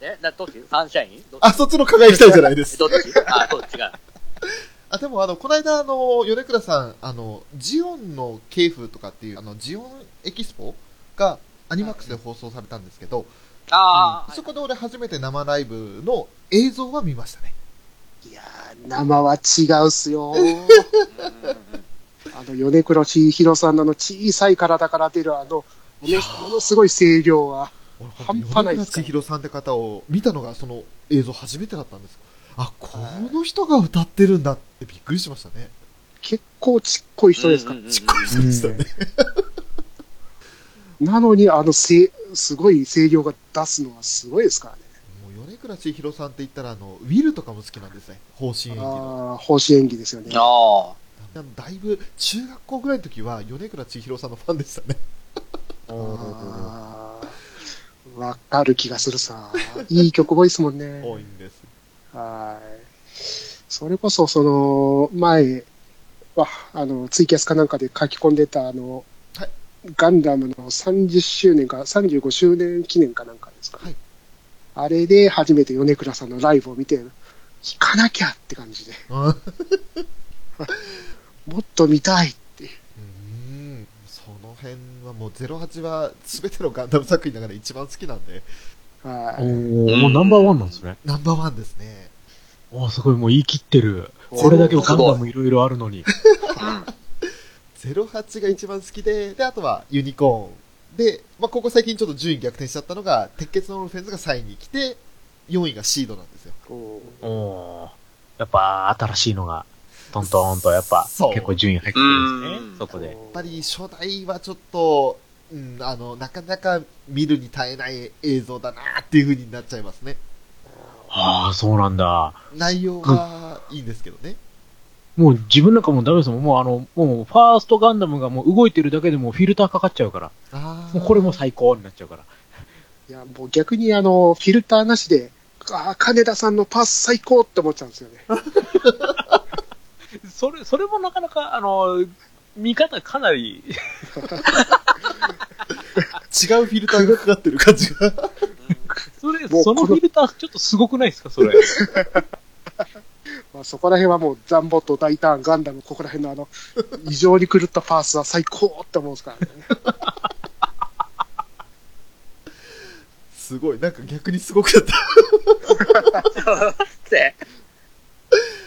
[SPEAKER 2] え、な、どっちサンシャインどっ
[SPEAKER 3] あ、そっちの輝きたいじゃないです
[SPEAKER 2] ち。どっちあー、そう、違う。
[SPEAKER 3] あ、でもあの、この間あの、米倉さん、あの、ジオンの系譜とかっていう、あの、ジオンエキスポがアニマックスで放送されたんですけど、
[SPEAKER 2] ああ、
[SPEAKER 3] そこで俺初めて生ライブの映像は見ましたね。
[SPEAKER 4] いやー、生は違うっすよ。
[SPEAKER 2] うん
[SPEAKER 4] の、米黒千尋さんのあの小さい体から出るあの、ものものすごい声量は、
[SPEAKER 3] 俺
[SPEAKER 4] 半端ない
[SPEAKER 3] 米倉
[SPEAKER 4] ですか
[SPEAKER 3] 千
[SPEAKER 4] ら
[SPEAKER 3] 尋さんって方を見たのがその映像初めてだったんですあこの人が歌ってるんだってびっくりしましたね
[SPEAKER 4] 結構ちっこい人ですから。
[SPEAKER 2] うんうんうん
[SPEAKER 3] びっくりしましたね
[SPEAKER 4] なのに、あのせ、すごい声量が出すのはすごいですからね。
[SPEAKER 3] もう米倉千尋さんって言ったらあのウィルとかも好きなんですね方針演技の
[SPEAKER 4] ああ、奉仕演技ですよね。
[SPEAKER 2] あ
[SPEAKER 3] あのだいぶ中学校ぐらいの時は米倉千尋さんのファンでしたね
[SPEAKER 4] あーわかる気がするさ。いい曲多いですもん ね。
[SPEAKER 3] 多いんです
[SPEAKER 4] はい。それこそ、その、前は、あの、ツイキャスかなんかで書き込んでた、あの、
[SPEAKER 3] はい
[SPEAKER 4] ガンダムの30周年か35周年記念かなんかですかね。
[SPEAKER 3] はい
[SPEAKER 4] あれで初めて米倉さんのライブを見て、弾かなきゃって感じで、
[SPEAKER 3] うん
[SPEAKER 4] もっと見たいっていう。
[SPEAKER 3] うんその辺はもう08は全てのガンダム作品の中で一番好きなんで
[SPEAKER 4] は
[SPEAKER 5] お
[SPEAKER 4] い。
[SPEAKER 5] ーもうナンバーワンなんですね。
[SPEAKER 3] ナンバーワンですね
[SPEAKER 5] おーすごい、もう言い切ってる。これだけガンダムいろいろあるのに。
[SPEAKER 2] あ。
[SPEAKER 3] 08が一番好きで、で、あとはユニコーン。で、まあ、ここ最近ちょっと順位逆転しちゃったのが、鉄血のオルフェンズが3位に来て、4位がシードなんですよ。
[SPEAKER 4] おー
[SPEAKER 5] おーやっぱ新しいのが、トントンとやっぱ
[SPEAKER 3] そう
[SPEAKER 5] 結構順位入ってくるんです
[SPEAKER 2] う
[SPEAKER 5] ね
[SPEAKER 2] ん。
[SPEAKER 5] そこで。
[SPEAKER 3] やっぱり初代はちょっと、うん、あの、なかなか見るに耐えない映像だなっていう風になっちゃいますね。
[SPEAKER 5] ああ、そうなんだ。
[SPEAKER 3] 内容はいいんですけどね。
[SPEAKER 5] もう自分なんかもうダメですもん。もうあの、もうファーストガンダムがもう動いてるだけでもうフィルターかかっちゃうから。
[SPEAKER 3] あー
[SPEAKER 5] もうこれも最高になっちゃうから。
[SPEAKER 4] いや、もう逆にあの、フィルターなしで、ああ、金田さんのパス最高って思っちゃうんですよね。
[SPEAKER 5] それ、それもなかなか、あの、見方かなり、
[SPEAKER 3] 違うフィルターがかかってる感じが。
[SPEAKER 5] それ、
[SPEAKER 4] もう
[SPEAKER 5] その
[SPEAKER 4] こ
[SPEAKER 5] フ
[SPEAKER 4] の
[SPEAKER 5] ィルターちょっとすごくないですか、それ。
[SPEAKER 4] まあ、そこら辺はもうザンボット、大胆、ガンダム、ここら辺のあの、異常に狂ったパースは最高って思うんですからね。
[SPEAKER 3] すごい。なんか逆にすごくなった。
[SPEAKER 2] って、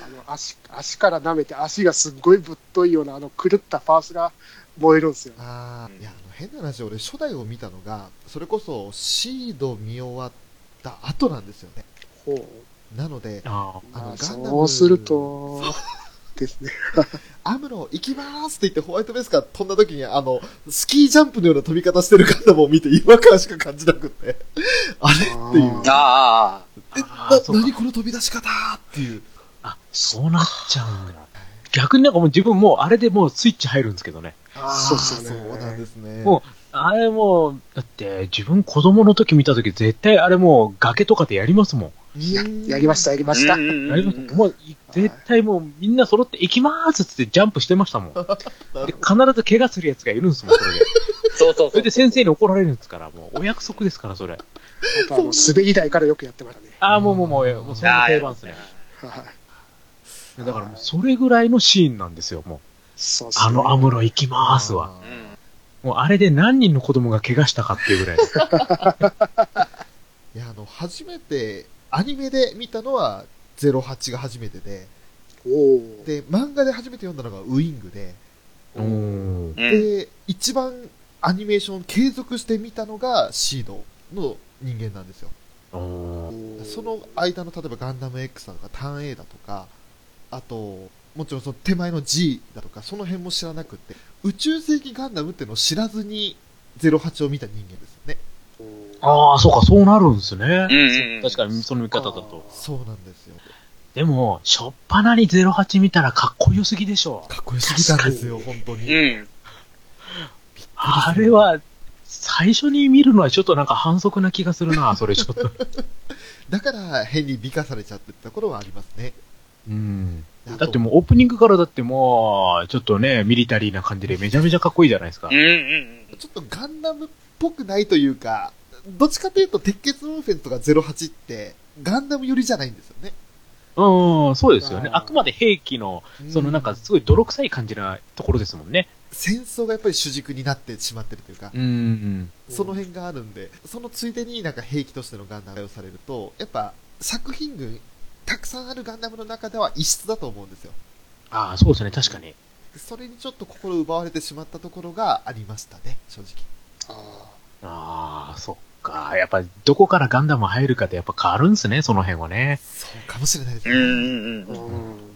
[SPEAKER 4] あの足足から舐めて足がすっごいぶっといようなあの狂ったパースが燃えるんですよ。
[SPEAKER 3] ああ、いや、あの変な話、俺初代を見たのが、それこそシード見終わった後なんですよね。
[SPEAKER 4] ほう
[SPEAKER 3] なので、
[SPEAKER 5] あ
[SPEAKER 3] あの
[SPEAKER 4] まあ、
[SPEAKER 3] ガンダム
[SPEAKER 4] そうすると、ですね。
[SPEAKER 3] アムロ行きますって言ってホワイトベースから飛んだ時に、あの、スキージャンプのような飛び方してるガンダムを見て違和感しか感じなくって、あれっていう。
[SPEAKER 4] あ
[SPEAKER 2] ああ、
[SPEAKER 5] ーあー、
[SPEAKER 3] な
[SPEAKER 5] そう
[SPEAKER 3] 何
[SPEAKER 5] か。
[SPEAKER 3] この飛び出し方っていう。
[SPEAKER 5] そうなっちゃうんだ。逆になんかもう自分もうあれでもうスイッチ入るんですけどね。
[SPEAKER 4] そうっすよね
[SPEAKER 3] そうなんですね。
[SPEAKER 5] もあれもう、だって自分子供の時見た時絶対あれもう崖とかでやりますもん。
[SPEAKER 3] う
[SPEAKER 4] ーやりました、やりました。
[SPEAKER 2] うんうんうん
[SPEAKER 5] やりますもんもうい絶対もうみんな揃って行きまーすっつってジャンプしてましたもん。で必ず怪我するやつがいるんですもん、それ
[SPEAKER 2] そう
[SPEAKER 5] で。
[SPEAKER 2] そう
[SPEAKER 5] そ
[SPEAKER 2] そ
[SPEAKER 5] れ
[SPEAKER 2] う
[SPEAKER 5] で。先生に怒られるんですから、もうお約束ですから、それ。
[SPEAKER 4] あとあの滑り台からよくやってましたね。
[SPEAKER 5] ああ、もうもうもう、もうそんな定番ですね。
[SPEAKER 4] はい
[SPEAKER 5] だからもうそれぐらいのシーンなんですよ、もう。
[SPEAKER 4] そうっすね
[SPEAKER 5] あのアムロ行きまーすは。
[SPEAKER 2] うんうん
[SPEAKER 5] もうあれで何人の子供が怪我したかっていうぐらい。
[SPEAKER 3] いや、あの、初めて、アニメで見たのは、08が初めてで、
[SPEAKER 4] おー
[SPEAKER 3] で、漫画で初めて読んだのがウイングで、
[SPEAKER 5] おー
[SPEAKER 2] うん
[SPEAKER 3] で、一番アニメーション継続して見たのがシードの人間なんですよ。
[SPEAKER 5] おー
[SPEAKER 4] おー
[SPEAKER 3] その間の例えばガンダム X だとかターン A だとか、あと、もちろんその手前の G だとか、その辺も知らなくって、宇宙世紀ガンダムっていうのを知らずに08を見た人間ですよね。
[SPEAKER 4] おー
[SPEAKER 5] ああ、そうか、そうなるんですね。
[SPEAKER 2] うんうん
[SPEAKER 5] 確かに、その見方だと。
[SPEAKER 3] そうなんですよ。
[SPEAKER 5] でも、しょっぱなに08見たらかっこよすぎでしょ。
[SPEAKER 3] かっこよすぎたんですよ、本当に。
[SPEAKER 2] うん。
[SPEAKER 5] あれは、最初に見るのはちょっとなんか反則な気がする な、それちょっと。
[SPEAKER 3] だから変に美化されちゃってった頃はありますね。
[SPEAKER 5] うん。
[SPEAKER 3] あと
[SPEAKER 5] だってもうオープニングからだってもう、ちょっとね、ミリタリーな感じでめちゃめちゃかっこいいじゃないですか
[SPEAKER 2] うん。うん
[SPEAKER 3] ちょっとガンダムっぽくないというか、どっちかというと、鉄血ムーフェントが08って、ガンダム寄りじゃないんですよね。
[SPEAKER 5] うん、そうですよね。
[SPEAKER 4] あー
[SPEAKER 5] あくまで兵器の、そのなん
[SPEAKER 3] う
[SPEAKER 5] かすごい泥臭い感じなところですもんね。
[SPEAKER 3] 戦争がやっぱり主軸になってしまってるというか、
[SPEAKER 5] うん。
[SPEAKER 3] その辺があるんで、そのついでになんか兵器としてのガンダムをされると、やっぱ作品群、たくさんあるガンダムの中では異質だと思うんですよ。
[SPEAKER 5] ああ、そうですね、確かに。
[SPEAKER 3] それにちょっと心奪われてしまったところがありましたね、正直。
[SPEAKER 4] あ
[SPEAKER 5] ああ、そっか。やっぱ、どこからガンダム入るかってやっぱ変わるんすね、その辺はね。
[SPEAKER 3] そうかもしれないです
[SPEAKER 2] うんうんうん。
[SPEAKER 4] ーうん